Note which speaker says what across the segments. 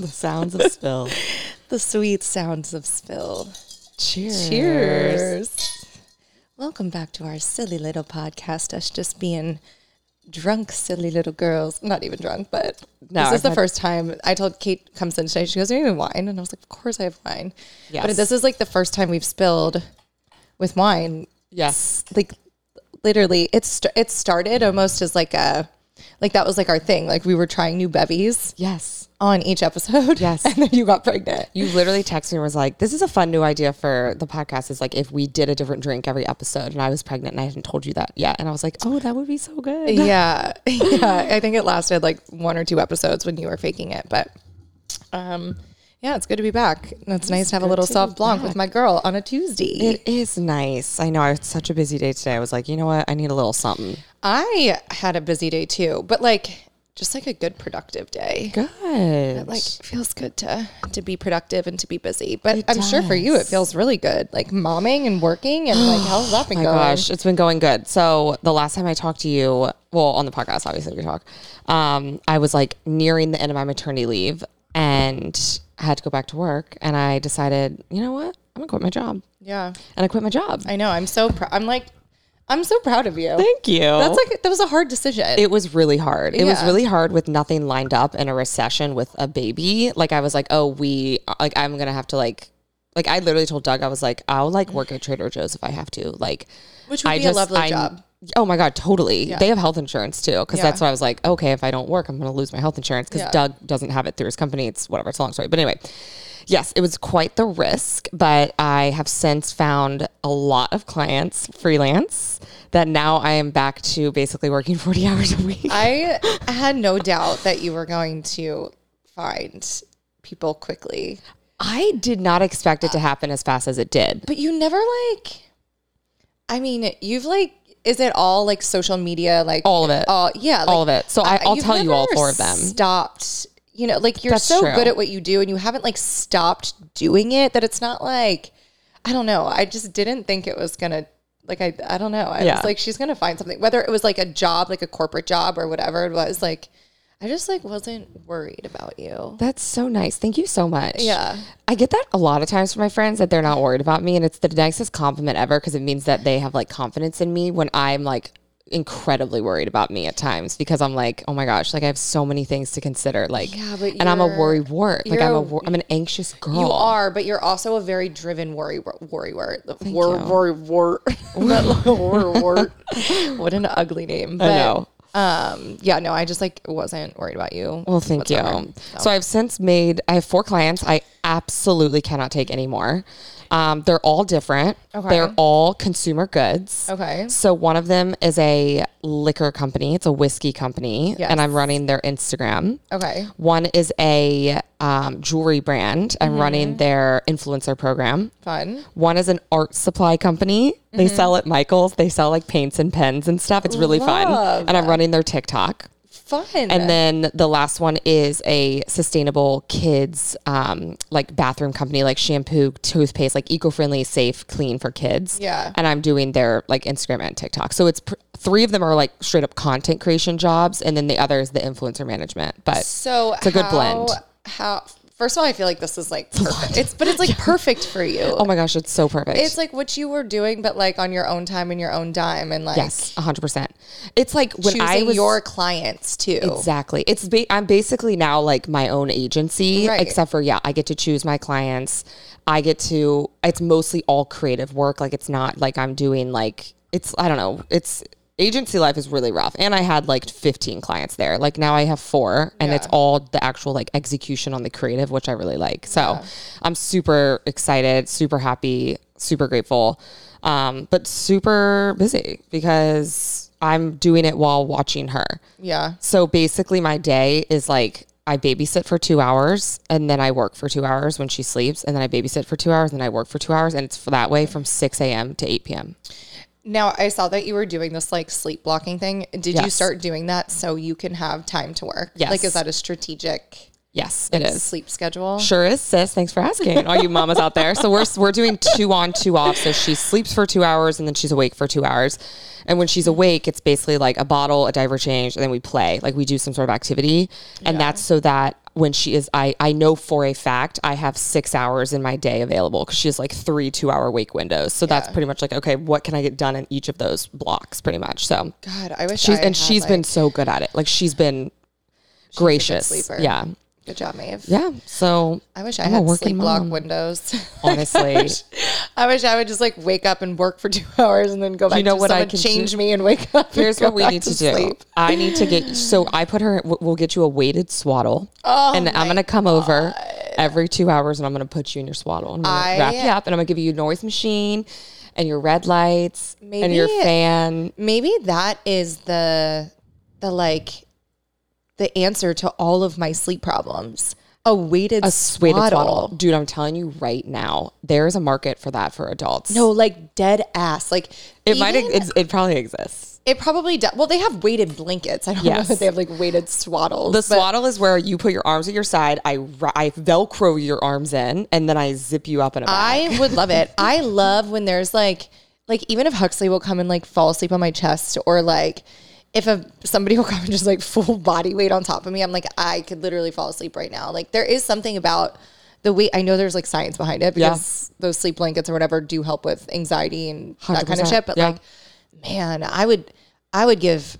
Speaker 1: The sounds of spill.
Speaker 2: The sweet sounds of spill.
Speaker 1: Cheers.
Speaker 2: Cheers. Welcome back to our silly little podcast, us just being drunk, silly little girls. Not even drunk, but
Speaker 1: No,
Speaker 2: this
Speaker 1: I've
Speaker 2: is the
Speaker 1: had-
Speaker 2: first time I told Kate comes in today. She goes, Are you having wine? And I was like, Of course I have wine. But
Speaker 1: Yes.
Speaker 2: this is like the first time we've spilled with wine
Speaker 1: Yes.
Speaker 2: like literally it's st- it started almost as like a like that was like our thing like we were trying new bevies
Speaker 1: Yes.
Speaker 2: on each episode
Speaker 1: Yes.
Speaker 2: and then you got pregnant
Speaker 1: You literally texted me and was like, this is a fun new idea for the podcast. Is like if we did a different drink every episode and I was pregnant and I hadn't told you that yet. And I was like, oh, that would be so good.
Speaker 2: yeah yeah i think it lasted like one or two episodes when you were faking it but um yeah it's good to be back and it's nice to have a little
Speaker 1: to be
Speaker 2: soft blanc with my girl on a tuesday
Speaker 1: It is nice. I know. I had such a busy day today. I was like, you know what? I need a little something.
Speaker 2: i had a busy day too but like just like a good productive day
Speaker 1: Good.
Speaker 2: It, like feels good to to be productive and to be busy. But I'm sure for you it feels really good. Like momming and working and like how's that been
Speaker 1: my
Speaker 2: going?
Speaker 1: gosh, it's been going good. So the last time I talked to you, well, on the podcast, obviously we talk. Um, I was like nearing the end of my maternity leave and I had to go back to work, and I decided, you know what, I'm gonna quit my job,
Speaker 2: Yeah.
Speaker 1: and I quit my job.
Speaker 2: I know. I'm so proud. I'm like I'm so proud of you.
Speaker 1: Thank you.
Speaker 2: That's like that was a hard decision.
Speaker 1: it was really hard. It was
Speaker 2: Yeah.
Speaker 1: really hard with nothing lined up in a recession with a baby. Like I was like, oh, we like I'm gonna have to like. Like I literally told Doug, I was like, I'll like work at Trader Joe's if I have to. Like,
Speaker 2: Which would
Speaker 1: I
Speaker 2: be a lovely job.
Speaker 1: Oh my god, totally. They have health insurance too, because that's
Speaker 2: Yeah.
Speaker 1: why I was like, okay, if I don't work, I'm going to lose my health insurance because
Speaker 2: Yeah.
Speaker 1: Doug doesn't have it through his company. It's whatever. It's a long story, but anyway, yes, it was quite the risk, but I have since found a lot of clients freelance that now I am back to basically working 40 hours a week.
Speaker 2: I had no doubt that you were going to find people quickly.
Speaker 1: I did not expect it to happen as fast as it did.
Speaker 2: But you never like I mean, you've like is it all like social media like
Speaker 1: All of it.
Speaker 2: all Uh, yeah like,
Speaker 1: All of it. So I, I'll
Speaker 2: you've
Speaker 1: tell you all
Speaker 2: never
Speaker 1: four of them.
Speaker 2: Stopped. You know, like you're
Speaker 1: That's
Speaker 2: so
Speaker 1: true.
Speaker 2: good at what you do, and you haven't like stopped doing it. That it's not like I don't know. I just didn't think it was gonna. Like I, I don't know. I
Speaker 1: Yeah.
Speaker 2: was like, she's gonna find something. Whether it was like a job, like a corporate job or whatever it was, like I just like wasn't worried about you.
Speaker 1: That's so nice. Thank you so much.
Speaker 2: Yeah.
Speaker 1: I get that a lot of times from my friends that they're not worried about me. And it's the nicest compliment ever because it means that they have like confidence in me when I'm like incredibly worried about me at times because I'm like, oh my gosh, like I have so many things to consider. Like,
Speaker 2: Yeah, but
Speaker 1: and I'm a
Speaker 2: you're-
Speaker 1: worry wart. Like, I'm
Speaker 2: you're
Speaker 1: a,
Speaker 2: a-
Speaker 1: wor- I'm an anxious girl.
Speaker 2: You are, but you're also a very driven worry worry wor Wor,
Speaker 1: you.
Speaker 2: worry wor Wor- wor- What an ugly name. But,
Speaker 1: know.
Speaker 2: Um. Yeah. No. I just like wasn't worried about you.
Speaker 1: Well, thank
Speaker 2: whatsoever.
Speaker 1: you. So I've since made, I have four clients I absolutely cannot take anymore. Um, they're all different.
Speaker 2: Okay.
Speaker 1: They're all consumer goods.
Speaker 2: Okay.
Speaker 1: So one of them is a liquor company. It's a whiskey company,
Speaker 2: Yes.
Speaker 1: and I'm running their Instagram.
Speaker 2: Okay.
Speaker 1: One is a um, jewelry brand.
Speaker 2: Mm-hmm.
Speaker 1: I'm running their influencer program.
Speaker 2: Fun.
Speaker 1: One is an art supply company. They
Speaker 2: Mm-hmm.
Speaker 1: sell at Michaels. They sell like paints and pens and stuff. It's really fun.
Speaker 2: Love.
Speaker 1: And I'm running their TikTok.
Speaker 2: Fun.
Speaker 1: And then the last one is a sustainable kids um, like bathroom company, like shampoo, toothpaste, like eco friendly, safe, clean for kids.
Speaker 2: Yeah.
Speaker 1: And I'm doing their like Instagram and TikTok. So it's pr- three of them are like straight up content creation jobs, and then the other is the influencer management. But
Speaker 2: so
Speaker 1: it's a good
Speaker 2: how-
Speaker 1: blend.
Speaker 2: How? First of all, I feel like this is like perfect. It's but it's like perfect for you.
Speaker 1: oh my gosh, it's so perfect.
Speaker 2: It's like what you were doing, but like on your own time and your own dime, and like
Speaker 1: yes, 100. percent It's like when
Speaker 2: choosing
Speaker 1: I was
Speaker 2: your clients too.
Speaker 1: Exactly. It's ba- I'm basically now like my own agency,
Speaker 2: Right.
Speaker 1: except for yeah, I get to choose my clients. I get to. It's mostly all creative work. Like it's not like I'm doing like it's. I don't know. It's agency life is really rough, and I had like 15 clients there. Like now I have four, and it's
Speaker 2: Yeah.
Speaker 1: all the actual like execution on the creative, which I really like. So I'm super excited, super happy, super grateful, um, but super busy because. I'm doing it while watching her.
Speaker 2: yeah.
Speaker 1: So basically, my day is like I babysit for two hours and then I work for two hours when she sleeps, and then I babysit for two hours and then I work for two hours, and it's that way from 6 a.m. to 8 p.m.
Speaker 2: Now I saw that you were doing this like sleep blocking thing. Did you
Speaker 1: Yes.
Speaker 2: start doing that so you can have time to work?
Speaker 1: Yes.
Speaker 2: Like, is that a strategic
Speaker 1: Yes, it is.
Speaker 2: sleep schedule?
Speaker 1: Sure is, sis. Thanks for asking. All you mamas out there. So we're we're doing two on, two off. So she sleeps for two hours and then she's awake for two hours. And when she's awake, it's basically like a bottle, a diaper change, and then we play. Like we do some sort of activity, and that's so that when she is I I know for a fact I have 6 hours in my day available cuz she has like 3 2-hour wake windows. So that's pretty much like okay, what can I get done in each of those blocks pretty much. So
Speaker 2: God, I wish
Speaker 1: she's
Speaker 2: I
Speaker 1: and
Speaker 2: had,
Speaker 1: she's been
Speaker 2: like-
Speaker 1: so good at it. Like she's been gracious.
Speaker 2: sleeper.
Speaker 1: Yeah.
Speaker 2: Good job, Maeve.
Speaker 1: Yeah. So
Speaker 2: I wish I
Speaker 1: I'm a
Speaker 2: had
Speaker 1: working
Speaker 2: sleep block
Speaker 1: mom.
Speaker 2: windows.
Speaker 1: honestly,
Speaker 2: I wish I would just like wake up and work for two hours and then go back.
Speaker 1: know
Speaker 2: to
Speaker 1: what I
Speaker 2: someone
Speaker 1: can
Speaker 2: change me and wake up. and
Speaker 1: Here's
Speaker 2: go
Speaker 1: what we
Speaker 2: back
Speaker 1: need to, do.
Speaker 2: sleep.
Speaker 1: I need to get so I put her. w- We'll get you a weighted swaddle,
Speaker 2: Oh
Speaker 1: and I'm gonna come over every two hours, and I'm gonna put you in your swaddle, and I'm gonna wrap you
Speaker 2: I-
Speaker 1: up, and I'm gonna give you a noise machine, and your red lights, and your
Speaker 2: Maybe-
Speaker 1: fan.
Speaker 2: Maybe that is the the like the answer to all of my sleep problems. A weighted
Speaker 1: A s- weighted
Speaker 2: swaddle.
Speaker 1: swaddle, dude. I'm telling you right now, there is a market for that for adults.
Speaker 2: No, like dead ass. Like
Speaker 1: it might.
Speaker 2: even-
Speaker 1: It's, it probably exists.
Speaker 2: It probably does. Well, they have weighted blankets. I don't
Speaker 1: Yes.
Speaker 2: know that they have like weighted swaddles.
Speaker 1: The
Speaker 2: but-
Speaker 1: swaddle is where you put your arms at your side. I ri- I velcro your arms in, and then I zip you up in a bag.
Speaker 2: I would love it. I love when there's like like even if Huxley will come and like fall asleep on my chest or like if a, somebody will come and just like full body weight on top of me, I'm like I could literally fall asleep right now. Like there is something about the weight. I know there's like science behind it
Speaker 1: Yeah.
Speaker 2: because those sleep blankets or whatever do help with anxiety and that kind of
Speaker 1: 100%,
Speaker 2: shit. But
Speaker 1: yeah.
Speaker 2: like, man, I would, I would give,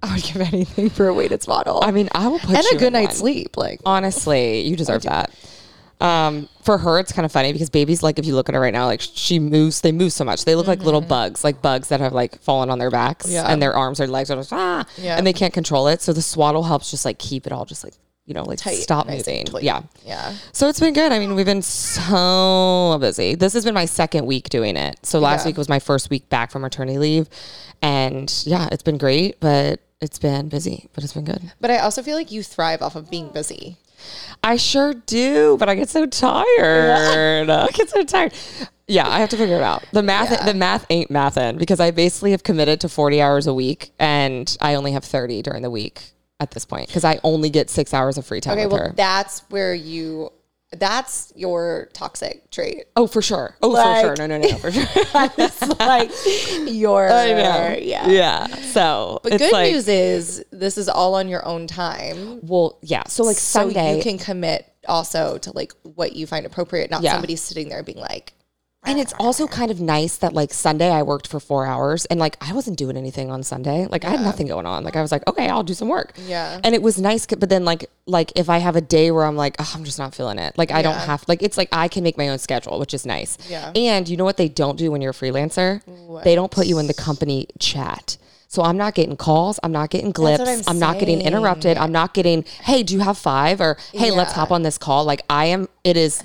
Speaker 2: I would give anything for a weighted swaddle
Speaker 1: I mean, I will put
Speaker 2: and
Speaker 1: you
Speaker 2: a good
Speaker 1: in
Speaker 2: night's
Speaker 1: one.
Speaker 2: sleep. Like,
Speaker 1: Honestly, you deserve that. Um, for her, it's kind of funny because babies, like, if you look at her right now, like, she moves, they move so much. They look like little bugs, like bugs that have like fallen on their backs
Speaker 2: Mm-hmm. Yeah.
Speaker 1: and their arms or legs are just, ah,
Speaker 2: Yeah.
Speaker 1: and they can't control it. So the swaddle helps just like keep it all just like, you know, like stop
Speaker 2: nice and
Speaker 1: moving.
Speaker 2: tight.
Speaker 1: Yeah.
Speaker 2: yeah,
Speaker 1: So it's been good. I mean, we've been so busy. This has been my second week doing it. So last
Speaker 2: Yeah.
Speaker 1: week was my first week back from maternity leave. And yeah, it's been great, but it's been busy, but it's been good.
Speaker 2: but I also feel like you thrive off of being busy.
Speaker 1: I sure do, but I get so tired. I get so tired. Yeah, I have to figure it out. The math, the math ain't mathin' because I basically have committed to forty hours a week, and I only have thirty during the week at this point because I only get six hours of free time
Speaker 2: Okay,
Speaker 1: with
Speaker 2: well,
Speaker 1: her.
Speaker 2: that's where you, that's your toxic trait.
Speaker 1: oh, for sure. Oh,
Speaker 2: Like-
Speaker 1: for sure. No, no, no, for sure.
Speaker 2: It's like your, yeah.
Speaker 1: yeah. So,
Speaker 2: But good news is this is all on your own time.
Speaker 1: Well, yeah. So like
Speaker 2: So
Speaker 1: Sunday,
Speaker 2: you can commit also to like what you find appropriate, not
Speaker 1: Yeah.
Speaker 2: somebody sitting there being like,
Speaker 1: And it's also kind of nice that like Sunday I worked for four hours and like I wasn't doing anything on Sunday. Like I had nothing going on. Like I was like, okay, I'll do some work.
Speaker 2: Yeah.
Speaker 1: And it was nice, c- but then like like if I have a day where I'm like, oh, I'm just not feeling it. Like I don't
Speaker 2: Yeah.
Speaker 1: have like it's like I can make my own schedule, which is nice.
Speaker 2: Yeah.
Speaker 1: And you know what they don't do when you're a freelancer? They don't put you in the company chat. So I'm not getting calls. I'm not getting glips.
Speaker 2: what
Speaker 1: I'm,
Speaker 2: I'm
Speaker 1: not getting
Speaker 2: saying.
Speaker 1: interrupted. I'm not getting, hey, do you have five? Or hey, let's
Speaker 2: Yeah.
Speaker 1: hop on this call. Like I am. It is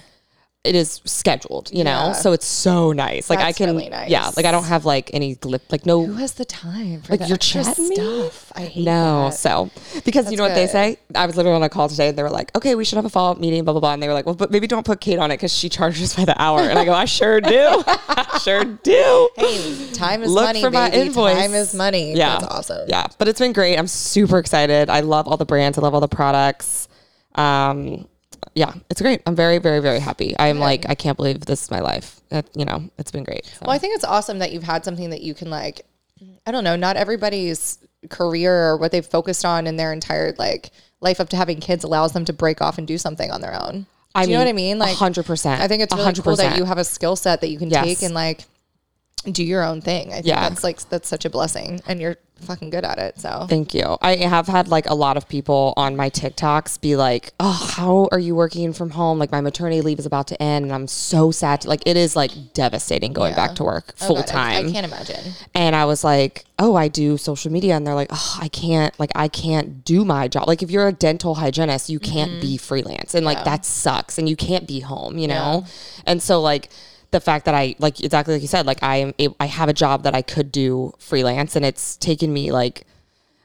Speaker 1: it is scheduled, you know?
Speaker 2: Yeah.
Speaker 1: So it's so nice. Like I
Speaker 2: That's
Speaker 1: can,
Speaker 2: really nice.
Speaker 1: yeah, like I don't have like any glip, like no,
Speaker 2: who has the time for
Speaker 1: Like,
Speaker 2: the
Speaker 1: you're
Speaker 2: extra
Speaker 1: chatting me?
Speaker 2: stuff? I hate
Speaker 1: no.
Speaker 2: that.
Speaker 1: So because you know what they
Speaker 2: good.
Speaker 1: say? I was literally on a call today and they were like, okay, we should have a follow up meeting, blah, blah, blah. And they were like, well, but maybe don't put Kate on it because she charges by the hour. And I go, I sure do. I sure do.
Speaker 2: Hey, time is
Speaker 1: Look
Speaker 2: money,
Speaker 1: for my
Speaker 2: baby.
Speaker 1: invoice.
Speaker 2: Time is money.
Speaker 1: Yeah.
Speaker 2: That's awesome.
Speaker 1: Yeah. But it's been great. I'm super excited. I love all the brands. I love all the products. Um, yeah, it's great. I'm very, very, very happy. I'm like, I can't believe this is my life. Uh, you know, it's been great. So.
Speaker 2: Well, I think it's awesome that you've had something that you can like. I don't know. Not everybody's career or what they've focused on in their entire like life up to having kids allows them to break off and do something on their own.
Speaker 1: I
Speaker 2: do you know what I
Speaker 1: mean,
Speaker 2: mean? Like
Speaker 1: 100%,
Speaker 2: I think it's really cool that
Speaker 1: 100%.
Speaker 2: you have a skill set that you can
Speaker 1: Yes.
Speaker 2: take and like do your own thing. I think
Speaker 1: Yeah.
Speaker 2: that's like that's such a blessing, and you're fucking good at it. So
Speaker 1: Thank you. I have had like a lot of people on my TikToks be like, "Oh, how are you working from home? Like my maternity leave is about to end, and I'm so sad." To, like it is like devastating going back to work
Speaker 2: Oh,
Speaker 1: full
Speaker 2: God, I,
Speaker 1: time.
Speaker 2: I can't imagine.
Speaker 1: and I was like, "Oh, I do social media," and they're like, "Oh, I can't. Like I can't do my job. Like if you're a dental hygienist, you can't
Speaker 2: Mm-hmm.
Speaker 1: be freelance, and like that sucks, and you can't be home, you know." And so like. The fact that I like exactly like you said, like I am, ab- I have a job that I could do freelance, and it's taken me like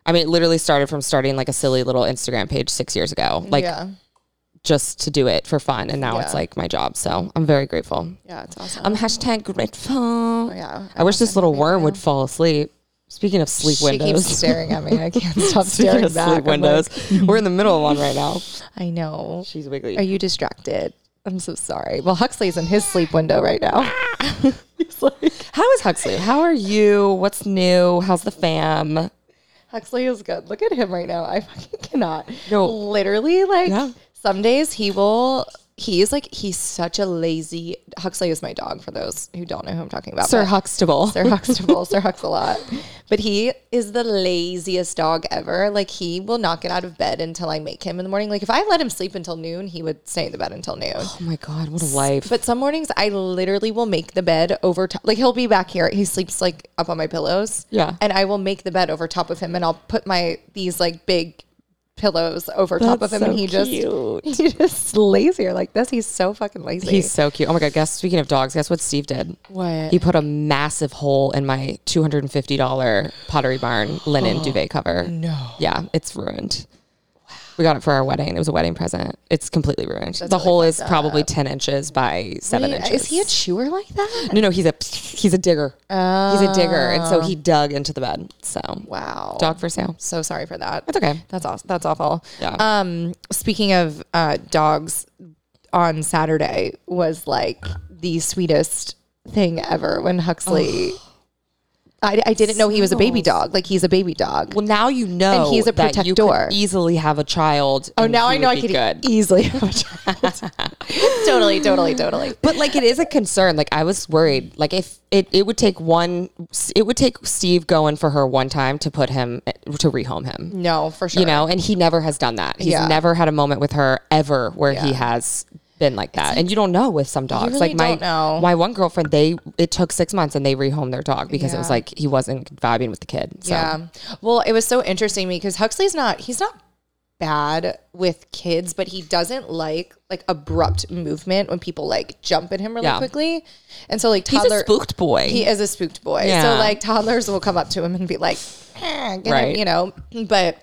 Speaker 1: I mean, it literally started from starting like a silly little Instagram page six years ago, like
Speaker 2: yeah,
Speaker 1: just to do it for fun. And now it's
Speaker 2: Yeah.
Speaker 1: like my job. So I'm very grateful.
Speaker 2: yeah, it's awesome.
Speaker 1: I'm hashtag grateful.
Speaker 2: yeah,
Speaker 1: I wish this little worm would fall asleep. Speaking of sleep
Speaker 2: she
Speaker 1: windows,
Speaker 2: keeps staring at me. I can't stop
Speaker 1: speaking
Speaker 2: staring
Speaker 1: of
Speaker 2: back.
Speaker 1: sleep
Speaker 2: I'm like,
Speaker 1: windows, we're in the middle of one right now.
Speaker 2: I know.
Speaker 1: She's wiggly.
Speaker 2: Are you distracted? I'm so sorry. Well, Huxley's in his sleep window right now. He's like,
Speaker 1: How is Huxley? How are you? What's new? How's the fam?
Speaker 2: Huxley is good. Look at him right now. I fucking cannot.
Speaker 1: No.
Speaker 2: Literally, like,
Speaker 1: Yeah.
Speaker 2: Some days he will. He is like he's such a lazy. Huxley is my dog. For those who don't know who I'm talking about,
Speaker 1: Sir
Speaker 2: but-
Speaker 1: Huxtable.
Speaker 2: Sir Huxtable, Sir Hux a lot, but he is the laziest dog ever. Like he will not get out of bed until I make him in the morning. Like if I let him sleep until noon, he would stay in the bed until noon.
Speaker 1: Oh my God, what a life.
Speaker 2: But some mornings I literally will make the bed over top. Like he'll be back here. He sleeps like up on my pillows.
Speaker 1: Yeah.
Speaker 2: And I will make the bed over top of him and I'll put my these like big pillows over top of
Speaker 1: That's
Speaker 2: him
Speaker 1: so
Speaker 2: and he just
Speaker 1: cute.
Speaker 2: he just lazier like this. He's so fucking lazy.
Speaker 1: He's so cute. Oh my god! Guess speaking of dogs, guess what Steve did?
Speaker 2: What?
Speaker 1: He put a massive hole in my two hundred and fifty dollar Pottery Barn linen duvet cover.
Speaker 2: no.
Speaker 1: Yeah, it's ruined. We got it for our wedding. It was a wedding present. It's completely ruined. the hole is probably ten inches by seven
Speaker 2: Wait,
Speaker 1: inches.
Speaker 2: Is he a chewer like that?
Speaker 1: no, no, he's a he's a digger. He's a digger, and so
Speaker 2: Oh.
Speaker 1: he dug into the bed. So
Speaker 2: Wow.
Speaker 1: dog for sale.
Speaker 2: So sorry for that.
Speaker 1: It's okay.
Speaker 2: That's awesome. That's awful.
Speaker 1: Yeah.
Speaker 2: Um, speaking of uh, dogs, on Saturday was like the sweetest thing ever when Huxley. I, I didn't know he was a baby dog. Like he's a baby dog.
Speaker 1: Well, now you know
Speaker 2: he's a
Speaker 1: that you
Speaker 2: protector.
Speaker 1: could easily have a child.
Speaker 2: oh, now I know I
Speaker 1: could.
Speaker 2: could easily have a child. totally, totally, totally.
Speaker 1: but like it is a concern like i was worried like if it, it would take one it would take steve going for her one time to put him to rehome him
Speaker 2: No, for sure.
Speaker 1: you know and he never has done that he's
Speaker 2: Yeah.
Speaker 1: never had a moment with her ever where he
Speaker 2: Yeah.
Speaker 1: has been like that and you don't know with some dogs
Speaker 2: really
Speaker 1: like my
Speaker 2: don't know.
Speaker 1: my one girlfriend they it took six months and they rehomed their dog because it was
Speaker 2: Yeah.
Speaker 1: like he wasn't vibing with the kid so
Speaker 2: Yeah. Well, it was so interesting because Huxley's not he's not bad with kids, but he doesn't like like abrupt movement when people like jump at him really
Speaker 1: Yeah.
Speaker 2: quickly. And so like
Speaker 1: he's
Speaker 2: toddler
Speaker 1: a spooked boy
Speaker 2: he is a spooked boy.
Speaker 1: Yeah.
Speaker 2: So like toddlers will come up to him and be like, "Ah, get him,"
Speaker 1: Right.
Speaker 2: you know. But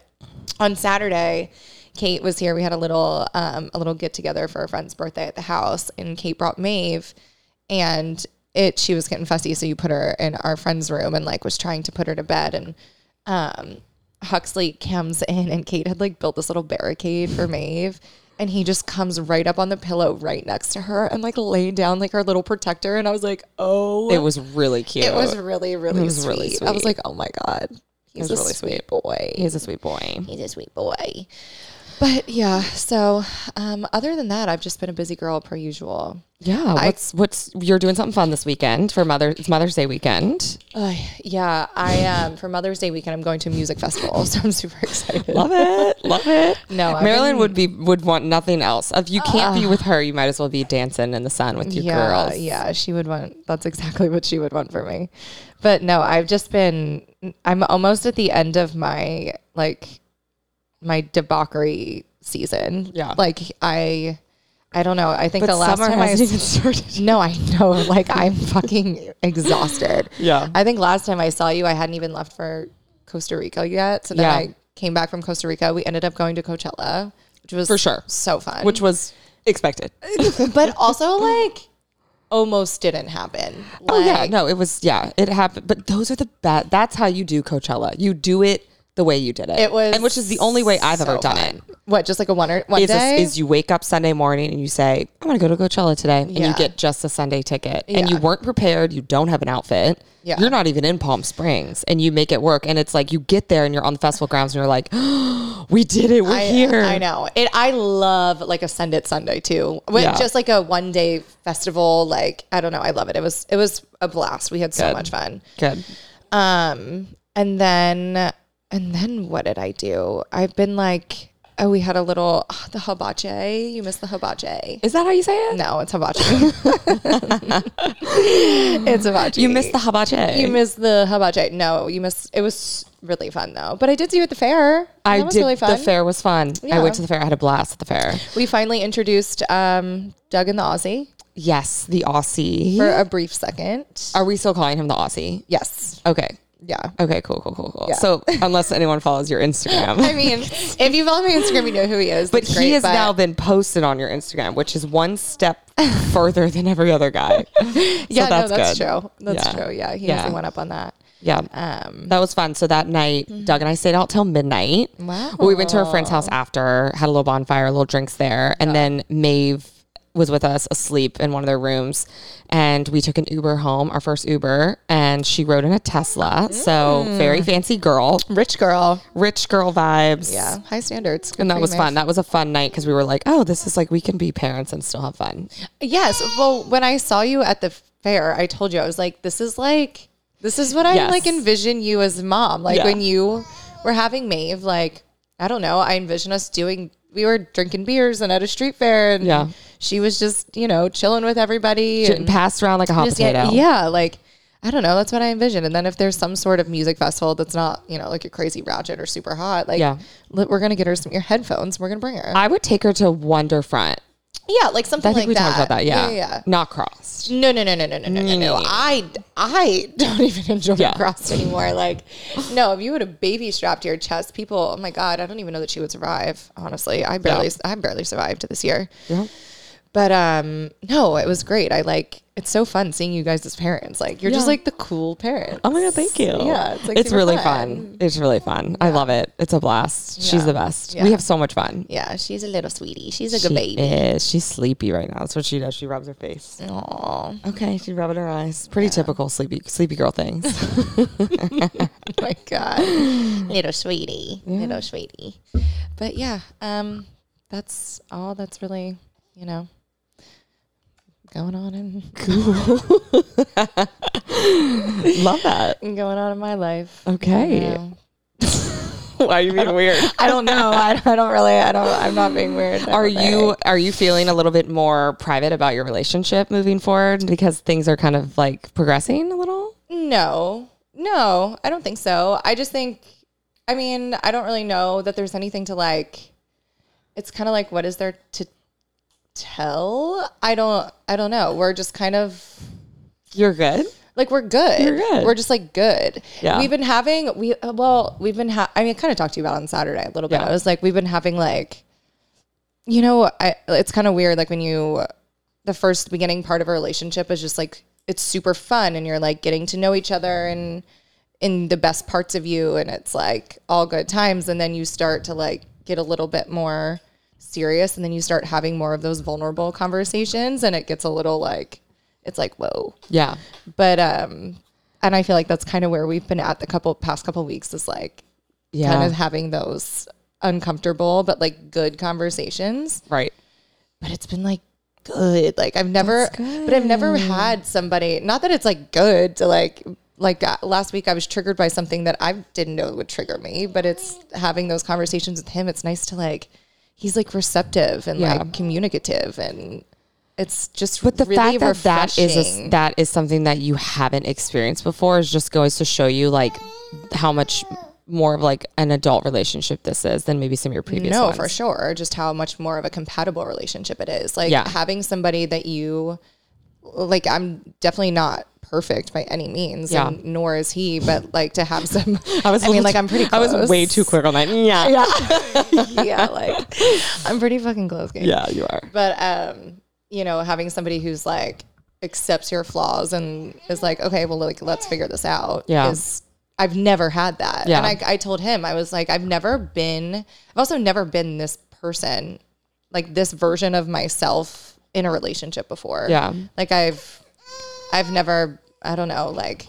Speaker 2: on Saturday, Kate was here. We had a little um, a little get together for a friend's birthday at the house, and Kate brought Maeve, and it she was getting fussy, so you put her in our friend's room and like was trying to put her to bed, and um, Huxley comes in, and Kate had like built this little barricade for Maeve. And he just comes right up on the pillow right next to her and like lay down like her little protector. And I was like, oh
Speaker 1: it was really cute
Speaker 2: it was really, really,
Speaker 1: was
Speaker 2: sweet.
Speaker 1: really
Speaker 2: I was
Speaker 1: sweet.
Speaker 2: like, oh my god, he's
Speaker 1: was
Speaker 2: a
Speaker 1: really
Speaker 2: sweet boy.
Speaker 1: he's a sweet boy
Speaker 2: He's a sweet boy. But yeah, so um, other than that, I've just been a busy girl per usual.
Speaker 1: yeah what's what's you're doing something fun this weekend for mother it's mother's day weekend
Speaker 2: Uh, yeah, I um, for Mother's Day weekend, I'm going to a music festival, so I'm super excited.
Speaker 1: Love it. Love it.
Speaker 2: No, I've
Speaker 1: Marilyn would be would want nothing else. If you can't be with her, you might as well be dancing in the sun with your
Speaker 2: yeah,
Speaker 1: girls.
Speaker 2: yeah, she would want. That's exactly what she would want for me. But no, I've just been. I'm almost at the end of my like my debauchery season.
Speaker 1: Yeah.
Speaker 2: like I, I don't know. I think
Speaker 1: But
Speaker 2: the last
Speaker 1: summer
Speaker 2: time I
Speaker 1: hasn't even started.
Speaker 2: no, I know. Like I'm fucking exhausted.
Speaker 1: Yeah.
Speaker 2: I think last time I saw you, I hadn't even left for Costa Rica yet. So then
Speaker 1: Yeah.
Speaker 2: I came back from Costa Rica. We ended up going to Coachella, which was
Speaker 1: For sure.
Speaker 2: so fun.
Speaker 1: Which was expected.
Speaker 2: but also like almost didn't happen. Like,
Speaker 1: oh yeah. No, it was yeah, it happened. But those are the best that's how you do Coachella. You do it the way you did it.
Speaker 2: It was
Speaker 1: and which is the only way I've ever
Speaker 2: so
Speaker 1: done
Speaker 2: fun.
Speaker 1: it.
Speaker 2: What, just like a one or one
Speaker 1: Is,
Speaker 2: day?
Speaker 1: is you wake up Sunday morning and you say, I'm gonna go to Coachella today and you
Speaker 2: Yeah.
Speaker 1: get just a Sunday ticket and
Speaker 2: Yeah.
Speaker 1: you weren't prepared, you don't have an outfit.
Speaker 2: Yeah.
Speaker 1: You're not even in Palm Springs and you make it work and it's like you get there and you're on the festival grounds and you're like, We did it, we're
Speaker 2: I,
Speaker 1: here.
Speaker 2: I know. It I love like a send it Sunday too. With
Speaker 1: Yeah.
Speaker 2: just like a one day festival, like I don't know. I love it. It was it was a blast. We had so
Speaker 1: Good.
Speaker 2: much fun.
Speaker 1: Good.
Speaker 2: Um, and then and then what did I do? I've been like, oh, we had a little ah, the hibachi. You missed the hibachi.
Speaker 1: Is that how you say it?
Speaker 2: No, it's hibachi. it's hibachi.
Speaker 1: You missed the hibachi.
Speaker 2: you missed the hibachi. No, you missed. It was really fun though. But I did see you at the fair.
Speaker 1: I
Speaker 2: That was
Speaker 1: did.
Speaker 2: really fun.
Speaker 1: The fair was fun. I
Speaker 2: Yeah.
Speaker 1: went to the fair. I had a blast at the fair.
Speaker 2: We finally introduced um, Doug and the Aussie
Speaker 1: Yes, the Aussie.
Speaker 2: for a brief second.
Speaker 1: Are we still calling him the Aussie?
Speaker 2: Yes.
Speaker 1: Okay.
Speaker 2: Yeah.
Speaker 1: Okay. Cool. Cool. Cool. Cool. So unless anyone follows your Instagram,
Speaker 2: I mean, if you follow me on Instagram, you know who he is.
Speaker 1: but
Speaker 2: That's
Speaker 1: he
Speaker 2: great,
Speaker 1: has now been posted on your Instagram, which is one step further than every other guy.
Speaker 2: Yeah,
Speaker 1: so that's
Speaker 2: no, that's
Speaker 1: good.
Speaker 2: true. That's
Speaker 1: Yeah.
Speaker 2: true. Yeah, he
Speaker 1: Yeah.
Speaker 2: has one up on that.
Speaker 1: Yeah.
Speaker 2: Um,
Speaker 1: that was fun. So that night,
Speaker 2: Mm-hmm.
Speaker 1: Doug and I stayed out till midnight.
Speaker 2: Wow.
Speaker 1: We went to her friend's house after, had a little bonfire, little drinks there. And then Maeve was with us asleep in one of their rooms and we took an Uber home, our first Uber, and she rode in a Tesla. So
Speaker 2: Mm.
Speaker 1: very fancy girl,
Speaker 2: Rich girl.
Speaker 1: rich girl vibes.
Speaker 2: Yeah. High standards. Good
Speaker 1: And
Speaker 2: for
Speaker 1: that
Speaker 2: you,
Speaker 1: was
Speaker 2: Maeve.
Speaker 1: fun. That was a fun night because we were like, oh, this is like we can be parents and still have fun.
Speaker 2: Yes. Well, when I saw you at the fair, I told you I was like, this is like, this is what I
Speaker 1: Yes.
Speaker 2: like envision you as a mom. Like
Speaker 1: Yeah.
Speaker 2: when you were having Maeve, like I don't know, I envision us doing. We were drinking beers and at a street fair, and
Speaker 1: Yeah.
Speaker 2: she was just you know chilling with everybody
Speaker 1: Getting
Speaker 2: and
Speaker 1: passed around like a hot
Speaker 2: just
Speaker 1: potato.
Speaker 2: get- yeah, like. I don't know. That's what I envision. And then if there's some sort of music festival that's not, you know, like a crazy ratchet or super hot, like
Speaker 1: Yeah.
Speaker 2: li- we're gonna get her some ear headphones. We're gonna bring her.
Speaker 1: I would take her to Wonderfront.
Speaker 2: yeah, like something
Speaker 1: I think
Speaker 2: like
Speaker 1: we
Speaker 2: that.
Speaker 1: talked about that. Yeah.
Speaker 2: yeah, yeah.
Speaker 1: Not crossed.
Speaker 2: No, no, no, no, no, no, no, no, no. I, I don't even enjoy
Speaker 1: Mm. Yeah.
Speaker 2: cross anymore. Like, no, if you had a baby strapped to your chest, people, oh my God, I don't even know that she would survive. Honestly, I barely, I barely survived this year.
Speaker 1: Yeah.
Speaker 2: But um, no, it was great. I like, it's so fun seeing you guys as parents. Like, you're just
Speaker 1: Yeah.
Speaker 2: like the cool parent.
Speaker 1: Oh my God, thank you.
Speaker 2: Yeah, it's,
Speaker 1: It's,
Speaker 2: like, super
Speaker 1: really
Speaker 2: fun.
Speaker 1: fun. It's really fun. I love it. It's a blast. She's the best.
Speaker 2: Yeah.
Speaker 1: We have so much fun.
Speaker 2: Yeah, she's a little sweetie. She's a good
Speaker 1: She
Speaker 2: baby.
Speaker 1: is. She's sleepy right now. That's what she does. She rubs her face.
Speaker 2: Aw,
Speaker 1: Okay, she's rubbing her eyes. Pretty typical sleepy sleepy girl things.
Speaker 2: my God, little sweetie, little sweetie. But yeah, um, that's all that's really, you know, going on in
Speaker 1: love that.
Speaker 2: going on in my life.
Speaker 1: Okay.
Speaker 2: Yeah.
Speaker 1: Why are you being weird?
Speaker 2: I don't know. I, I don't really. I don't. I'm not being weird. I
Speaker 1: Are
Speaker 2: don't know.
Speaker 1: you are you feeling a little bit more private about your relationship moving forward because things are kind of like progressing a little?
Speaker 2: No, no, I don't think so. I just think, I mean, I don't really know that there's anything to like. It's kind of like, what is there to tell? I don't. I don't know. We're just kind of
Speaker 1: You're good.
Speaker 2: Like we're good.
Speaker 1: You're good.
Speaker 2: We're just like good.
Speaker 1: Yeah.
Speaker 2: We've been having we uh, well we've been ha- I mean I kind of talked to you about it on Saturday a little bit.
Speaker 1: Yeah.
Speaker 2: I was like we've been having like, you know, I it's kind of weird like when you the first beginning part of a relationship is just like it's super fun and you're like getting to know each other and in the best parts of you and it's like all good times and then you start to like get a little bit more serious and then you start having more of those vulnerable conversations and it gets a little like it's like whoa
Speaker 1: Yeah.
Speaker 2: but um and i feel like that's kind of where we've been at the couple past couple weeks is like
Speaker 1: Yeah.
Speaker 2: kind of having those uncomfortable but like good conversations
Speaker 1: right.
Speaker 2: but it's been like good like i've never but i've never had somebody not that it's like good to like like uh, last week i was triggered by something that i didn't know would trigger me but it's having those conversations with him it's nice to like he's like receptive and
Speaker 1: Yeah.
Speaker 2: like communicative and it's just
Speaker 1: But the
Speaker 2: really
Speaker 1: fact that that is
Speaker 2: refreshing.
Speaker 1: a, that is something that you haven't experienced before is just goes to show you like how much more of like an adult relationship this is than maybe some of your previous
Speaker 2: no
Speaker 1: ones.
Speaker 2: for sure just how much more of a compatible relationship it is like
Speaker 1: Yeah.
Speaker 2: having somebody that you like i'm definitely not perfect by any means
Speaker 1: Yeah.
Speaker 2: and nor is he but like to have some i
Speaker 1: I
Speaker 2: was
Speaker 1: was
Speaker 2: i mean like i'm pretty close.
Speaker 1: I was way too quick on that. Yeah. Yeah,
Speaker 2: yeah like i'm pretty fucking close gang.
Speaker 1: you are.
Speaker 2: but um you know having somebody who's like accepts your flaws and is like okay well like let's figure this out
Speaker 1: Yeah.
Speaker 2: is i've never had that
Speaker 1: Yeah.
Speaker 2: and I, I told him i was like i've never been i've also never been this person like this version of myself in a relationship before
Speaker 1: Yeah.
Speaker 2: like i've i've never i don't know like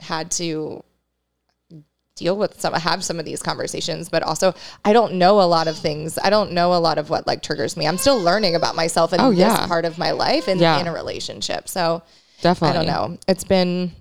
Speaker 2: had to deal with some have some of these conversations but also i don't know a lot of things i don't know a lot of what like triggers me i'm still learning about myself in
Speaker 1: Oh,
Speaker 2: this
Speaker 1: yeah.
Speaker 2: part of my life and
Speaker 1: Yeah.
Speaker 2: in a relationship so i
Speaker 1: Definitely.
Speaker 2: don't know it's been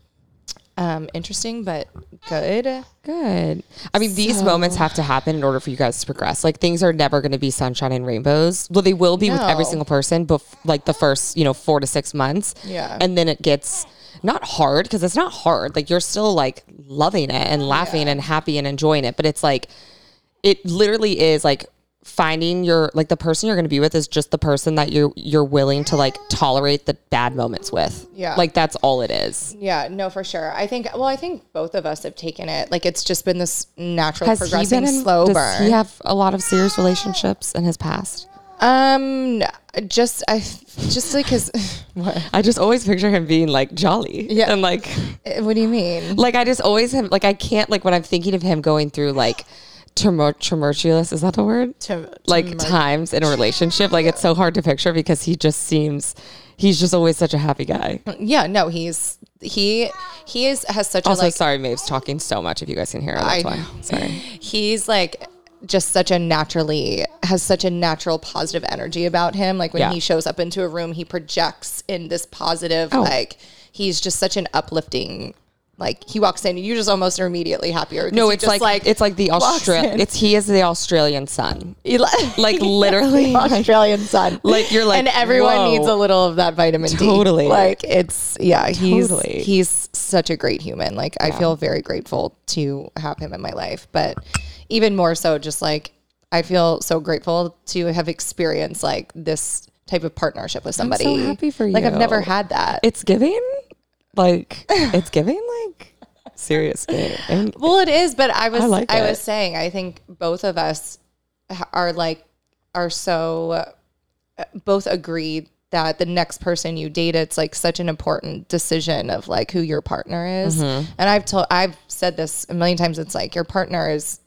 Speaker 2: um interesting but good
Speaker 1: Good. I mean, these moments have to happen in order for you guys to progress. Like things are never going to be sunshine and rainbows. Well, they will be with every
Speaker 2: No.
Speaker 1: single person, but like the first, you know, four to six months.
Speaker 2: Yeah.
Speaker 1: And then it gets not hard because it's not hard. Like you're still like loving it and laughing and happy and enjoying it, but it's like it literally is like finding your like the person you're going to be with is just the person that you you're willing to like tolerate the bad moments with.
Speaker 2: Yeah.
Speaker 1: Like that's all it is.
Speaker 2: yeah no for sure i think well i think both of us have taken it like it's just been this natural
Speaker 1: Has he
Speaker 2: progressing
Speaker 1: been in,
Speaker 2: slow
Speaker 1: does
Speaker 2: burn
Speaker 1: he have a lot of serious relationships in his past?
Speaker 2: um just i just like his what
Speaker 1: I just always picture him being like jolly.
Speaker 2: Yeah.
Speaker 1: And like
Speaker 2: what do you mean
Speaker 1: like I just always have like I can't like when I'm thinking of him going through like tumor- tumultuous. Is that the word?
Speaker 2: to
Speaker 1: like times in a relationship. Like it's so hard to picture because he just seems he's just always such a happy guy.
Speaker 2: yeah no he's he he is has such
Speaker 1: Also,
Speaker 2: a like
Speaker 1: sorry, Maeve's talking so much. If you guys can hear her, that's
Speaker 2: I
Speaker 1: why.
Speaker 2: know.
Speaker 1: Sorry.
Speaker 2: he's like just such a naturally has such a natural positive energy about him like when
Speaker 1: Yeah.
Speaker 2: he shows up into a room he projects in this positive
Speaker 1: Oh.
Speaker 2: like he's just such an uplifting like he walks in you're just almost immediately happier 'cause
Speaker 1: No,
Speaker 2: he
Speaker 1: it's
Speaker 2: just,
Speaker 1: like, it's like the
Speaker 2: walks
Speaker 1: Australian.
Speaker 2: in.
Speaker 1: It's he is the Australian son.
Speaker 2: He li-
Speaker 1: Like,
Speaker 2: he has
Speaker 1: literally,
Speaker 2: the Australian sun.
Speaker 1: like, you're like,
Speaker 2: and everyone
Speaker 1: whoa.
Speaker 2: needs a little of that vitamin D.
Speaker 1: Totally.
Speaker 2: like it's yeah, he's
Speaker 1: Totally.
Speaker 2: he's such a great human. Like I feel very grateful to have him in my life, but even more so, just like I feel so grateful to have experienced like this type of partnership with somebody.
Speaker 1: happy for
Speaker 2: Like I've never
Speaker 1: you.
Speaker 2: had that.
Speaker 1: It's giving, like it's giving, like seriously. And
Speaker 2: Well, it is, but I was I,
Speaker 1: I like it.
Speaker 2: was saying I think both of us h- are like are so uh, both agreed that the next person you date it's like such an important decision of like who your partner is. And I've told I've said this a million times it's like your partner is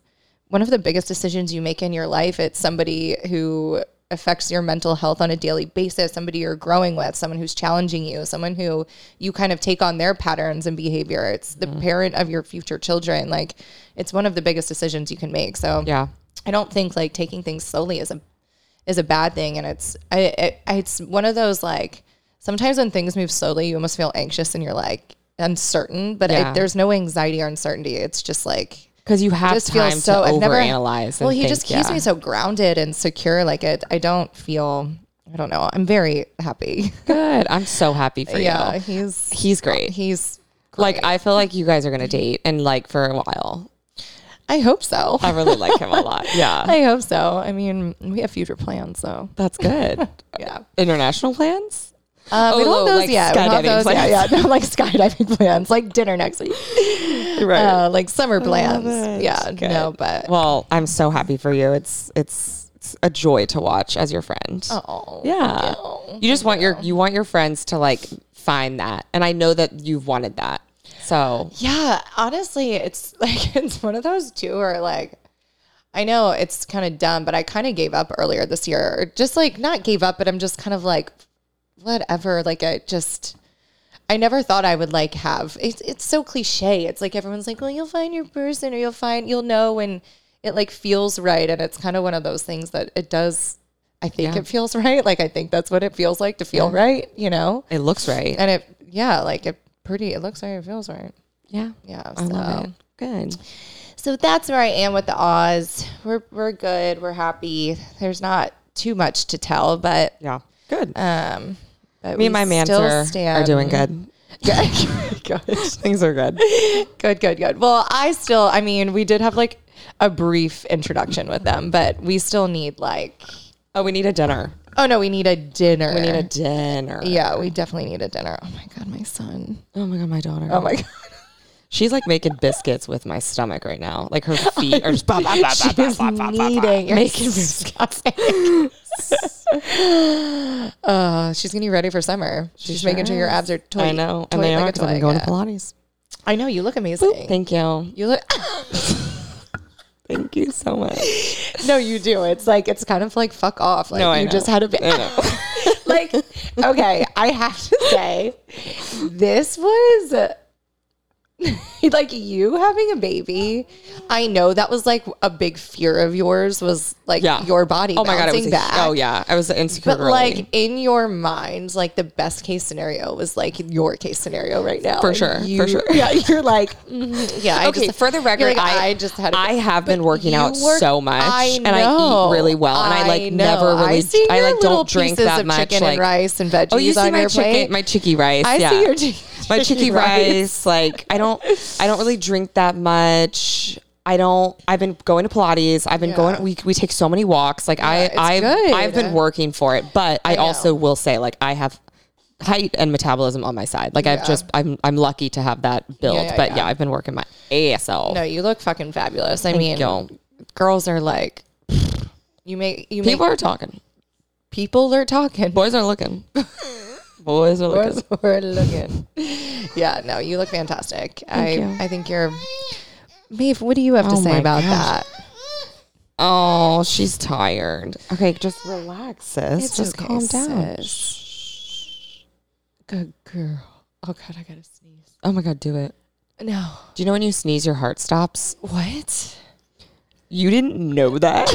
Speaker 2: one of the biggest decisions you make in your life. It's somebody who affects your mental health on a daily basis, somebody you're growing with, someone who's challenging you, someone who you kind of take on their patterns and behavior. It's the parent of your future children. Like, it's one of the biggest decisions you can make. So,
Speaker 1: yeah,
Speaker 2: I don't think like taking things slowly is a is a bad thing, and it's I, it, it's one of those like sometimes when things move slowly, you almost feel anxious and you're like uncertain, but I-
Speaker 1: Yeah.
Speaker 2: there's no anxiety or uncertainty. It's just like
Speaker 1: because you have
Speaker 2: just
Speaker 1: time
Speaker 2: feels so.
Speaker 1: to
Speaker 2: I've never
Speaker 1: overanalyze.
Speaker 2: Well,
Speaker 1: and
Speaker 2: he
Speaker 1: think,
Speaker 2: just keeps
Speaker 1: yeah.
Speaker 2: me so grounded and secure. Like it, I don't feel. I don't know. I'm very happy.
Speaker 1: good. I'm so happy for
Speaker 2: yeah,
Speaker 1: you.
Speaker 2: he's
Speaker 1: He's great.
Speaker 2: he's.
Speaker 1: Like I feel like you guys are gonna date and like for a while.
Speaker 2: I hope so.
Speaker 1: I really like him a lot. Yeah.
Speaker 2: I hope so. I mean, we have future plans, so
Speaker 1: That's good.
Speaker 2: yeah.
Speaker 1: International plans?
Speaker 2: Uh, we
Speaker 1: Oh,
Speaker 2: don't have
Speaker 1: oh,
Speaker 2: those
Speaker 1: like
Speaker 2: yet. We don't have
Speaker 1: skydiving
Speaker 2: those yet.
Speaker 1: plans.
Speaker 2: Yeah, no, like skydiving plans, like dinner next week,
Speaker 1: Right.
Speaker 2: uh, like summer plans.
Speaker 1: it.
Speaker 2: Yeah,
Speaker 1: Good.
Speaker 2: no, but
Speaker 1: well, I'm so happy for you. It's it's, it's a joy to watch as your friend.
Speaker 2: oh,
Speaker 1: yeah.
Speaker 2: no.
Speaker 1: You just want your you want your friends to like find that. And I know that you've wanted that. So
Speaker 2: yeah. Honestly, it's like it's one of those two where like I know it's kind of dumb, but I kind of gave up earlier this year. Just like not gave up, but I'm just kind of like whatever. Like I just. I never thought I would like have it's it's so cliche. It's like everyone's like, well, you'll find your person or you'll find you'll know when it like feels right. And it's kind of one of those things that it does I think
Speaker 1: Yeah.
Speaker 2: it feels right. Like I think that's what it feels like to feel right, you know?
Speaker 1: it looks right.
Speaker 2: And it yeah, like it pretty it looks right, it feels right.
Speaker 1: Yeah.
Speaker 2: Yeah.
Speaker 1: I love
Speaker 2: So
Speaker 1: it. Good.
Speaker 2: so that's where I am with the Oz. We're we're good. We're happy. There's not too much to tell, but
Speaker 1: Yeah. Good.
Speaker 2: um but
Speaker 1: Me
Speaker 2: we
Speaker 1: and my
Speaker 2: still
Speaker 1: manter are
Speaker 2: stand-
Speaker 1: doing good.
Speaker 2: good.
Speaker 1: Things are good.
Speaker 2: good, good, good. Well, I still, I mean, we did have like a brief introduction with them, but we still need like,
Speaker 1: Oh, we need a dinner.
Speaker 2: oh no, we need a dinner.
Speaker 1: We need a dinner.
Speaker 2: yeah, we definitely need a dinner. Oh my god, my son.
Speaker 1: Oh my god, my daughter.
Speaker 2: Oh my god,
Speaker 1: She's like making biscuits with my stomach right now. Like her feet are just
Speaker 2: she's kneading. You're
Speaker 1: Making
Speaker 2: disgusting. uh, she's getting ready for summer. She's
Speaker 1: sure
Speaker 2: making sure your
Speaker 1: is.
Speaker 2: abs are toy.
Speaker 1: I know, and they
Speaker 2: toy-
Speaker 1: are
Speaker 2: like a
Speaker 1: because I've been
Speaker 2: toy,
Speaker 1: going
Speaker 2: yeah.
Speaker 1: to Pilates.
Speaker 2: I know you look amazing.
Speaker 1: Thank you,
Speaker 2: you look.
Speaker 1: thank you so much.
Speaker 2: no, you do. It's like it's kind of like fuck off. Like
Speaker 1: No, Oh, I
Speaker 2: you
Speaker 1: know.
Speaker 2: just had a ba-
Speaker 1: I know.
Speaker 2: like okay i have to say this was like you having a baby i know that was like a big fear of yours was like
Speaker 1: Yeah,
Speaker 2: your body
Speaker 1: Oh my god, it was.
Speaker 2: bouncing
Speaker 1: a-
Speaker 2: back
Speaker 1: oh yeah, I was an insecure.
Speaker 2: but
Speaker 1: girly.
Speaker 2: like in your mind like the best case scenario was like your case scenario right now
Speaker 1: For
Speaker 2: And
Speaker 1: sure, for
Speaker 2: you-
Speaker 1: sure.
Speaker 2: yeah you're like mhm, yeah I
Speaker 1: okay,
Speaker 2: just,
Speaker 1: for the
Speaker 2: you're
Speaker 1: record,
Speaker 2: like,
Speaker 1: I,
Speaker 2: I just had a
Speaker 1: I have been working
Speaker 2: you
Speaker 1: out
Speaker 2: work-
Speaker 1: so much,
Speaker 2: I
Speaker 1: and I
Speaker 2: know.
Speaker 1: eat really well, and I like
Speaker 2: I know.
Speaker 1: never
Speaker 2: I
Speaker 1: really.
Speaker 2: see
Speaker 1: I,
Speaker 2: your
Speaker 1: like
Speaker 2: little
Speaker 1: don't drink
Speaker 2: pieces
Speaker 1: that
Speaker 2: of
Speaker 1: much.
Speaker 2: chicken
Speaker 1: like
Speaker 2: and rice and veggies
Speaker 1: oh, you see
Speaker 2: on
Speaker 1: my
Speaker 2: your
Speaker 1: chicken,
Speaker 2: plate?
Speaker 1: my chicky rice.
Speaker 2: I
Speaker 1: yeah.
Speaker 2: see your chicken-
Speaker 1: my
Speaker 2: chicken
Speaker 1: chicky rice. Like I don't, I don't really drink that much. I don't. I've been going to Pilates. I've been going. We, we take so many walks. Like
Speaker 2: it's
Speaker 1: I, I've,
Speaker 2: good.
Speaker 1: I've been working for it. But I, also will say, like I have height and metabolism on my side. Like I've just, I'm, I'm lucky to have that build.
Speaker 2: yeah,
Speaker 1: but
Speaker 2: yeah.
Speaker 1: yeah. I've been working my ASL.
Speaker 2: No, you look fucking fabulous. I mean,
Speaker 1: you.
Speaker 2: girls are like, you make you
Speaker 1: People
Speaker 2: make
Speaker 1: are talking.
Speaker 2: people are talking.
Speaker 1: Boys are looking. Boys are looking.
Speaker 2: Boys are looking. yeah, no, you look fantastic. I
Speaker 1: you.
Speaker 2: I think you're. Maeve, what do you have to
Speaker 1: Oh
Speaker 2: say
Speaker 1: my
Speaker 2: about
Speaker 1: gosh.
Speaker 2: that?
Speaker 1: Oh, she's tired. Okay, just relax, sis.
Speaker 2: It's
Speaker 1: just
Speaker 2: okay,
Speaker 1: calm down.
Speaker 2: sis.
Speaker 1: Shh.
Speaker 2: Good girl. Oh God, I gotta sneeze.
Speaker 1: Oh my god, do it.
Speaker 2: No.
Speaker 1: Do you know when you sneeze, your heart stops?
Speaker 2: What?
Speaker 1: You didn't know that.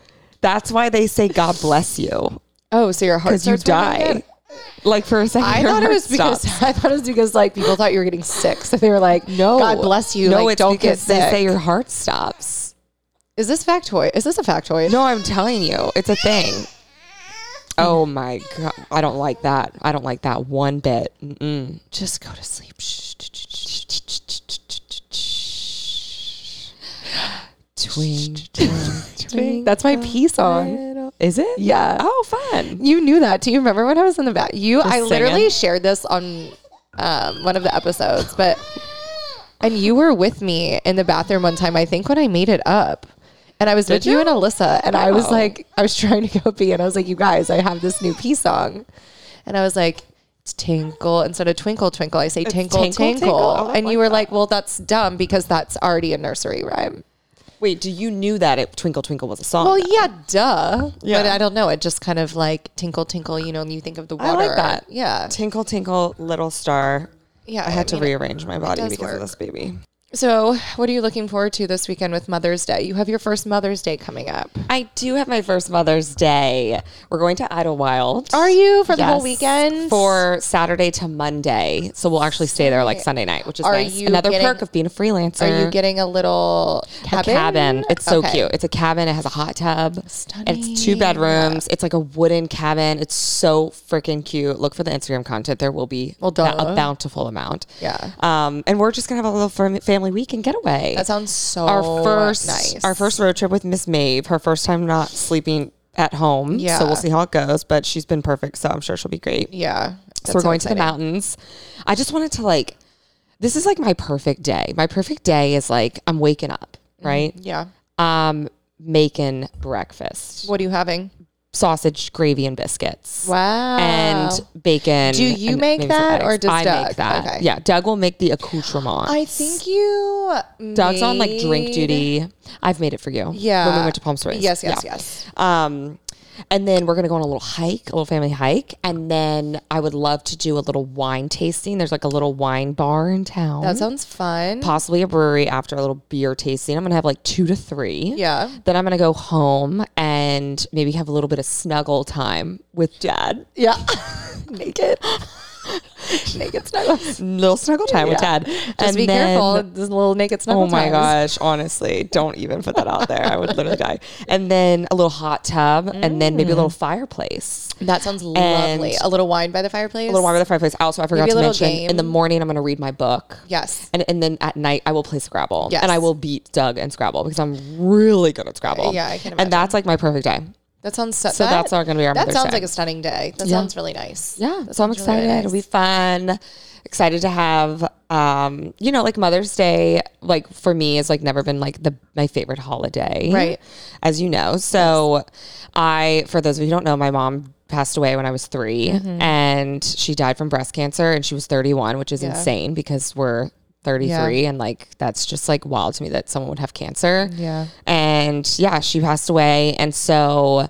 Speaker 1: That's why they say God bless you
Speaker 2: Oh, so your heart
Speaker 1: because you
Speaker 2: starts pumping
Speaker 1: die.
Speaker 2: again?
Speaker 1: Like for a second,
Speaker 2: I
Speaker 1: your
Speaker 2: thought it
Speaker 1: heart
Speaker 2: was because
Speaker 1: stops.
Speaker 2: I thought it was because like people thought you were getting sick, so they were like,
Speaker 1: no.
Speaker 2: God bless you."
Speaker 1: No,
Speaker 2: like,
Speaker 1: it's
Speaker 2: don't get
Speaker 1: because
Speaker 2: sick.
Speaker 1: they say your heart stops.
Speaker 2: Is this factoid? Is this a factoid?
Speaker 1: No, I'm telling you, it's a thing. Oh my god, I don't like that. I don't like that one bit. Mm-mm.
Speaker 2: Just go to sleep. Shh.
Speaker 1: Twing, twing, twing.
Speaker 2: That's my pee song.
Speaker 1: Little- Is it?
Speaker 2: Yeah.
Speaker 1: Oh, fun.
Speaker 2: You knew that. Do you remember when I was in the back? You, I
Speaker 1: singing.
Speaker 2: literally shared this on um, one of the episodes, but and you were with me in the bathroom one time. I think when I made it up, and I was with you?
Speaker 1: you?
Speaker 2: and Alyssa, and I was
Speaker 1: Wow.
Speaker 2: like, I was trying to go pee, and I was like, you guys, I have this new pee song, and I was like. Tinkle instead of twinkle twinkle, I say tinkle
Speaker 1: tinkle,
Speaker 2: tinkle,
Speaker 1: tinkle? Oh, I
Speaker 2: and
Speaker 1: like
Speaker 2: you were like, "Well, that's dumb because that's already a nursery rhyme."
Speaker 1: Wait, do you knew that it Twinkle Twinkle was a song?
Speaker 2: Well, yeah, duh.
Speaker 1: Yeah.
Speaker 2: But I don't know. It just kind of like tinkle, tinkle. You know, and you think of the
Speaker 1: I
Speaker 2: water.
Speaker 1: like that.
Speaker 2: Yeah.
Speaker 1: Tinkle Tinkle Little Star.
Speaker 2: Yeah.
Speaker 1: I had to
Speaker 2: mean,
Speaker 1: rearrange my body
Speaker 2: does
Speaker 1: because
Speaker 2: work.
Speaker 1: of this baby.
Speaker 2: So, what are you looking forward to this weekend with Mother's Day? You have your first Mother's Day coming up.
Speaker 1: I do have my first Mother's Day. We're going to Idlewild.
Speaker 2: Are you for the whole
Speaker 1: Yes,
Speaker 2: weekend?
Speaker 1: for Saturday to Monday. So we'll actually stay there like Sunday night, which is
Speaker 2: Are
Speaker 1: nice.
Speaker 2: you
Speaker 1: Another
Speaker 2: getting-
Speaker 1: perk of being a freelancer.
Speaker 2: are you getting a little
Speaker 1: a
Speaker 2: cabin?
Speaker 1: cabin? It's so
Speaker 2: Okay.
Speaker 1: cute. It's a cabin. It has a hot tub. And it's two
Speaker 2: Stunning.
Speaker 1: bedrooms. It's like a wooden cabin. It's so freaking cute. Look for the Instagram content. There will be
Speaker 2: Well,
Speaker 1: ba-
Speaker 2: duh.
Speaker 1: a bountiful amount.
Speaker 2: Yeah.
Speaker 1: Um, and we're just gonna have a little fam- family weekend getaway.
Speaker 2: That sounds so
Speaker 1: our first
Speaker 2: nice.
Speaker 1: our first road trip with Miss Maeve. Her first time not sleeping at home.
Speaker 2: Yeah.
Speaker 1: So we'll see how it goes. But she's been perfect, so I'm sure she'll be great
Speaker 2: Yeah.
Speaker 1: so
Speaker 2: That's
Speaker 1: we're going to the
Speaker 2: exciting.
Speaker 1: mountains. I just wanted to like, this is like my perfect day. My perfect day is like I'm waking up,
Speaker 2: Mm-hmm.
Speaker 1: right?
Speaker 2: Yeah.
Speaker 1: Um, making breakfast,
Speaker 2: What are you having?
Speaker 1: sausage, gravy, and biscuits.
Speaker 2: Wow.
Speaker 1: And bacon.
Speaker 2: Do you
Speaker 1: and
Speaker 2: make
Speaker 1: maybe some
Speaker 2: that or
Speaker 1: eggs.
Speaker 2: does
Speaker 1: I
Speaker 2: Doug?
Speaker 1: make that?
Speaker 2: Okay.
Speaker 1: Yeah, Doug will make the accoutrement.
Speaker 2: I think you
Speaker 1: Doug's on like drink
Speaker 2: made-
Speaker 1: duty. I've made it for you.
Speaker 2: Yeah.
Speaker 1: when we went to Palm Springs.
Speaker 2: Yes, yes,
Speaker 1: Yeah.
Speaker 2: yes.
Speaker 1: Um, and then we're gonna go on a little hike, a little family hike, and then I would love to do a little wine tasting. There's like a little wine bar in town,
Speaker 2: That sounds fun.
Speaker 1: possibly a brewery after a little beer tasting. I'm gonna have like two to three.
Speaker 2: Yeah.
Speaker 1: Then I'm gonna go home and maybe have a little bit of snuggle time with Dad.
Speaker 2: Yeah. Naked. Naked snuggles.
Speaker 1: Little snuggle time with
Speaker 2: Yeah.
Speaker 1: Dad. Just
Speaker 2: Just be careful. This little naked snuggle.
Speaker 1: Oh my
Speaker 2: times.
Speaker 1: gosh, honestly, don't even put that out there. I would literally die. And then a little hot tub, and then maybe a
Speaker 2: Mm.
Speaker 1: little fireplace.
Speaker 2: That sounds
Speaker 1: And-
Speaker 2: lovely. A little wine by the fireplace.
Speaker 1: a little warm by the fireplace. Also, I forgot
Speaker 2: Maybe a
Speaker 1: to
Speaker 2: little
Speaker 1: mention in the
Speaker 2: game.
Speaker 1: morning I'm going to read my book.
Speaker 2: Yes.
Speaker 1: And, and then at night I will play Scrabble.
Speaker 2: Yes.
Speaker 1: And I will beat Doug and Scrabble because I'm really good at Scrabble.
Speaker 2: Yeah, I can imagine.
Speaker 1: And that's like my perfect day.
Speaker 2: That sounds so.
Speaker 1: So
Speaker 2: that,
Speaker 1: that's our- gonna be our
Speaker 2: That
Speaker 1: Mother's
Speaker 2: sounds
Speaker 1: Day.
Speaker 2: like a stunning day. That
Speaker 1: Yeah.
Speaker 2: sounds really nice.
Speaker 1: Yeah.
Speaker 2: That
Speaker 1: so I'm
Speaker 2: sounds really
Speaker 1: excited. It'll be fun. Excited to have um, you know, like Mother's Day, like for me has like never been like the my favorite holiday.
Speaker 2: Right.
Speaker 1: As you know. So I for those of you who don't know, my mom passed away when I was 3
Speaker 2: Mm-hmm.
Speaker 1: and she died from breast cancer and she was thirty one, which is insane because we're 33 and like that's just like wild to me that someone would have cancer
Speaker 2: Yeah.
Speaker 1: and yeah, she passed away. And so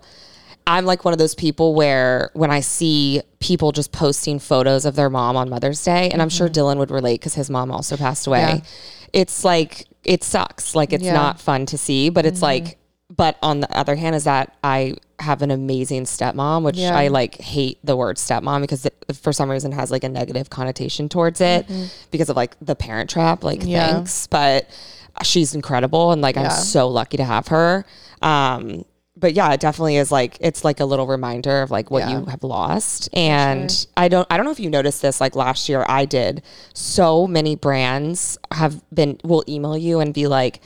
Speaker 1: I'm like one of those people where when I see people just posting photos of their mom on Mother's Day, and I'm sure Dylan would relate because his mom also passed away.
Speaker 2: Mm-hmm. Yeah.
Speaker 1: It's like it sucks. Like it's
Speaker 2: Yeah. Mm-hmm.
Speaker 1: not fun to see, but it's like. But on the other hand, is that I have an amazing stepmom, which
Speaker 2: Yeah.
Speaker 1: I like hate the word stepmom because it, for some reason has like a negative connotation towards it
Speaker 2: Mm-hmm.
Speaker 1: because of like the parent trap, like
Speaker 2: Yeah.
Speaker 1: thanks, but uh, she's incredible and like
Speaker 2: Yeah.
Speaker 1: I'm so lucky to have her. Um, but yeah, it definitely is like it's like a little reminder of like what
Speaker 2: Yeah.
Speaker 1: you have lost. And I don't I don't know if you noticed this like last year I did. So many brands have been will email you and be like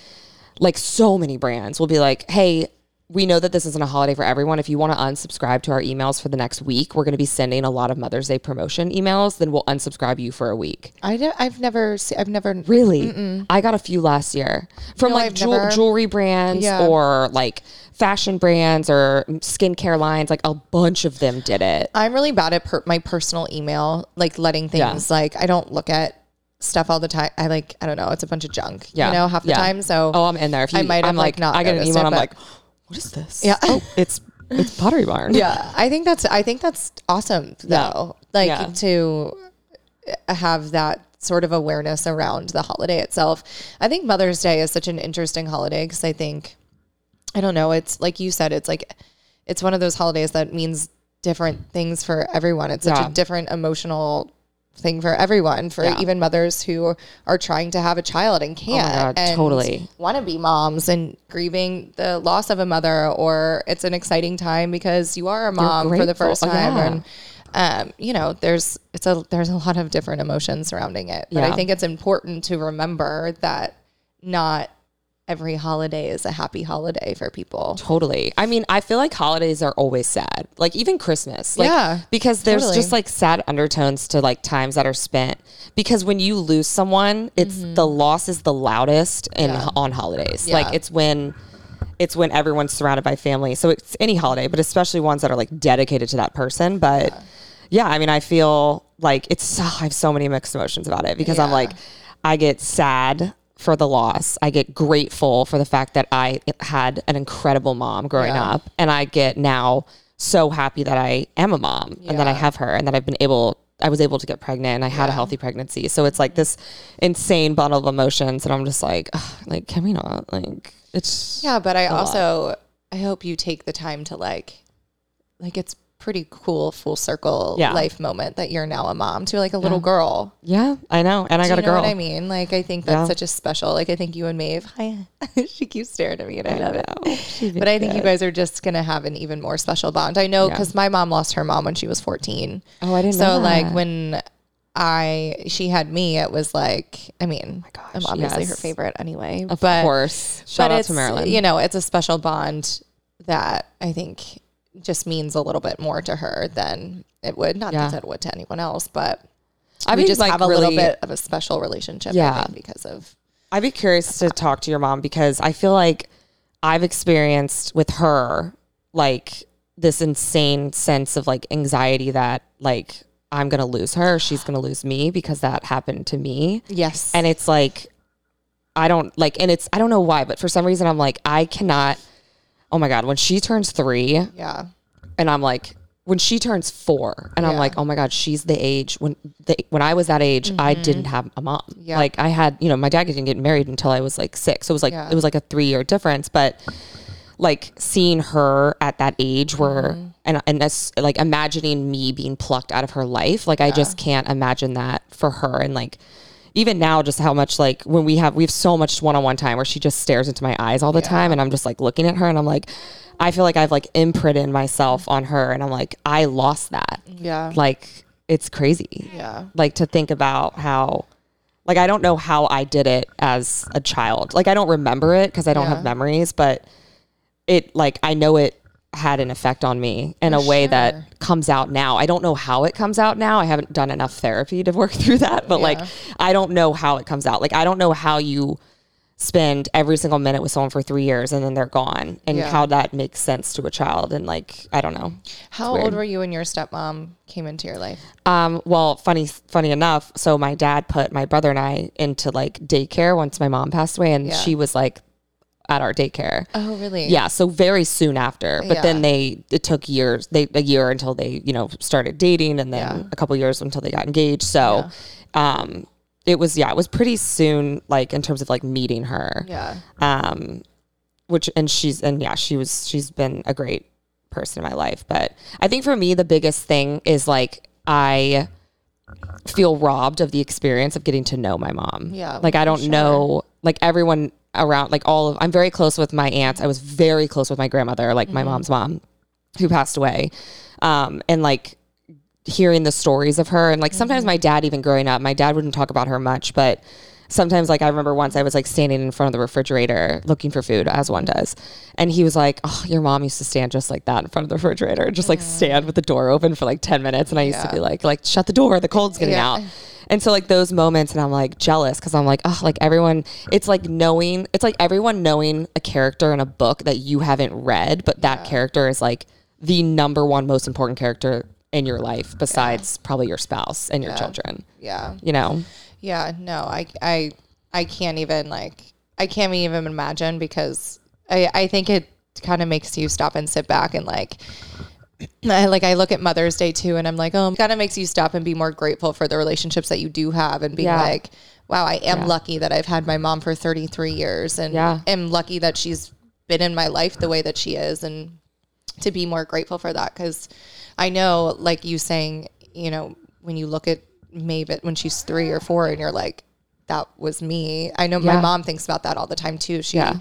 Speaker 1: like so many brands will be like, "Hey, we know that this isn't a holiday for everyone. If you want to unsubscribe to our emails for the next week, we're going to be sending a lot of Mother's Day promotion emails. Then we'll unsubscribe you for a week.
Speaker 2: I don't, I've never. Se- I've never.
Speaker 1: Really? I got a few last year from
Speaker 2: No,
Speaker 1: like
Speaker 2: I've
Speaker 1: jewel-
Speaker 2: never-
Speaker 1: jewelry brands
Speaker 2: Yeah.
Speaker 1: or like fashion brands or skincare lines. Like a bunch of them did it.
Speaker 2: I'm really bad at per- my personal email, like letting things like I don't look at stuff all the time. I like, I don't know, it's a bunch of junk,
Speaker 1: Yeah.
Speaker 2: you know, half the
Speaker 1: Yeah.
Speaker 2: time. So
Speaker 1: Oh, I'm in there. If you,
Speaker 2: I might have,
Speaker 1: I'm like,
Speaker 2: like, not
Speaker 1: I get an
Speaker 2: noticed
Speaker 1: email.
Speaker 2: it,
Speaker 1: and I'm
Speaker 2: but-
Speaker 1: like, what is this?
Speaker 2: Yeah.
Speaker 1: Oh, it's it's Pottery Barn.
Speaker 2: yeah, I think that's, I think that's awesome
Speaker 1: Yeah.
Speaker 2: though. Like
Speaker 1: Yeah.
Speaker 2: to have that sort of awareness around the holiday itself. I think Mother's Day is such an interesting holiday because I think, I don't know, it's like you said, it's like, it's one of those holidays that means different things for everyone. It's such
Speaker 1: Yeah.
Speaker 2: a different emotional thing for everyone, for
Speaker 1: Yeah. Oh
Speaker 2: even mothers who are trying to have a child and can't
Speaker 1: God, totally.
Speaker 2: want to be moms and grieving the loss of a mother, or it's an exciting time because you are a mom um, for the
Speaker 1: grateful.
Speaker 2: first
Speaker 1: Oh,
Speaker 2: time.
Speaker 1: yeah.
Speaker 2: And, um, you know, there's it's a there's a lot of different emotions surrounding it, but
Speaker 1: Yeah.
Speaker 2: I think it's important to remember that not every holiday is a happy holiday for people.
Speaker 1: Totally. I mean, I feel like holidays are always sad. Like even Christmas. Like,
Speaker 2: Yeah,
Speaker 1: Because there's
Speaker 2: totally.
Speaker 1: just like sad undertones to like times that are spent. Because when you lose someone, it's the loss is the loudest and on holidays. Like
Speaker 2: Mm-hmm. Yeah.
Speaker 1: it's when it's when everyone's surrounded by family. So it's any holiday, but especially ones that are like dedicated to that person. But yeah, I mean, I feel like it's I have so many mixed emotions about it because I'm
Speaker 2: Yeah.
Speaker 1: like I get sad for the loss. I get grateful for the fact that I had an incredible mom growing
Speaker 2: Yeah.
Speaker 1: up and I get now so happy that I am a mom and that I
Speaker 2: Yeah.
Speaker 1: have her and that I've been able I was able to get pregnant and I had a healthy pregnancy. So it's like this insane bundle of emotions and I'm just like ugh, like can we not like it's
Speaker 2: Yeah, but I also I hope you take the time to like like it's pretty cool full circle
Speaker 1: Yeah.
Speaker 2: life moment that you're now a mom to like a little girl.
Speaker 1: Yeah, I know. And I
Speaker 2: Do
Speaker 1: got
Speaker 2: you
Speaker 1: a
Speaker 2: know
Speaker 1: girl.
Speaker 2: what I mean? Like I think that's
Speaker 1: Yeah.
Speaker 2: such a special like I think you and Maeve hi she keeps staring at me and I love it. But I think you guys are just gonna have an even more special bond. I know because my mom lost her mom when she was fourteen.
Speaker 1: Oh, I didn't
Speaker 2: so
Speaker 1: know
Speaker 2: like
Speaker 1: that.
Speaker 2: when I she had me, it was like I mean I'm obviously
Speaker 1: Oh
Speaker 2: her
Speaker 1: yes.
Speaker 2: favorite anyway.
Speaker 1: Of
Speaker 2: but
Speaker 1: course. Shout
Speaker 2: but
Speaker 1: out
Speaker 2: it's,
Speaker 1: to Marilyn.
Speaker 2: You know, it's a special bond that I think just means a little bit more to her than it would. Not
Speaker 1: Yeah.
Speaker 2: that it would to anyone else, but
Speaker 1: I
Speaker 2: we
Speaker 1: mean,
Speaker 2: just
Speaker 1: like,
Speaker 2: have a
Speaker 1: really-
Speaker 2: little bit of a special relationship. I
Speaker 1: Yeah.
Speaker 2: think, because of
Speaker 1: I'd be curious to talk to your mom because I feel like I've experienced with her like this insane sense of like anxiety that like I'm gonna lose her, she's gonna lose me because that happened to me.
Speaker 2: yes,
Speaker 1: And it's like I don't like and it's I don't know why, but for some reason I'm like, I cannot oh my God, when she turns three,
Speaker 2: yeah,
Speaker 1: and I'm like, when she turns four, and I'm
Speaker 2: Yeah.
Speaker 1: like, oh my god, she's the age when the, when I was that age, I didn't have a mom.
Speaker 2: Mm-hmm. Yeah.
Speaker 1: Like I had, you know, my dad didn't get married until I was like six, so it was like
Speaker 2: Yeah.
Speaker 1: it was like a three year difference, but like seeing her at that age where and and as, like imagining me being plucked out of her life like i just can't imagine that for her and like even now just how much like when we have we have so much one-on-one time where she just stares into my eyes all the time and i'm just like looking at her and i'm like i feel like i've like imprinted myself on her and i'm like i lost that
Speaker 2: yeah,
Speaker 1: like it's crazy
Speaker 2: yeah,
Speaker 1: like to think about how like I don't know how I did it as a child. Like I don't remember it because I don't have
Speaker 2: Yeah.
Speaker 1: memories, but it like I know it had an effect on me in a way
Speaker 2: sure.
Speaker 1: that comes out now. I don't know how it comes out now. I haven't done enough therapy to work through that, but like
Speaker 2: Yeah.
Speaker 1: I don't know how it comes out. Like I don't know how you spend every single minute with someone for 3 years and then they're gone and
Speaker 2: Yeah.
Speaker 1: how that makes sense to a child and like I don't know.
Speaker 2: How old were you when your stepmom came into your life?
Speaker 1: Um, well, funny, funny enough. So my dad put my brother and I into like daycare once my mom passed away, and
Speaker 2: Yeah.
Speaker 1: she was like at our daycare.
Speaker 2: Oh, really?
Speaker 1: Yeah, so very soon after. But then
Speaker 2: Yeah.
Speaker 1: they it took years, they a year until they you know started dating, and then
Speaker 2: Yeah.
Speaker 1: a couple years until they got engaged. So, um, it was yeah, it was pretty soon, like in terms of like meeting her.
Speaker 2: yeah,
Speaker 1: Um, which and she's and yeah, she was she's been a great person in my life. But I think for me the biggest thing is like I feel robbed of the experience of getting to know my mom.
Speaker 2: Yeah,
Speaker 1: Like I don't know like everyone around like all of I'm very close with my aunts. I was very close with my grandmother, like my mom's mom, who passed away. Um and like hearing the stories of her and like sometimes my dad even growing up my dad wouldn't talk about her much but sometimes like i remember once i was like standing in front of the refrigerator looking for food as one does and he was like oh your mom used to stand just like that in front of the refrigerator and just like stand with the door open for like 10 minutes and i used to
Speaker 2: Yeah.
Speaker 1: be like like shut the door the cold's getting
Speaker 2: Yeah.
Speaker 1: out and so like those moments and i'm like jealous because i'm like oh like everyone it's like knowing it's like everyone knowing a character in a book that you haven't read but that character is like the number one most important character in your life besides probably your spouse and your children
Speaker 2: yeah.
Speaker 1: you know
Speaker 2: Yeah, no, I, I, I can't even like, I can't even imagine because I, I think it kind of makes you stop and sit back and like, I, like I look at Mother's Day too, and I'm like, oh, kind of makes you stop and be more grateful for the relationships that you do have, and be
Speaker 1: Yeah.
Speaker 2: like, wow, I am lucky that I've had my mom for 33 years, and
Speaker 1: Yeah.
Speaker 2: am lucky that she's been in my life the way that she is, and to be more grateful for that because I know, like you saying, you know, when you look at Maeve when she's three or four, and you're like, that was me. I know my
Speaker 1: Yeah.
Speaker 2: mom thinks about that all the time too. She,
Speaker 1: Yeah.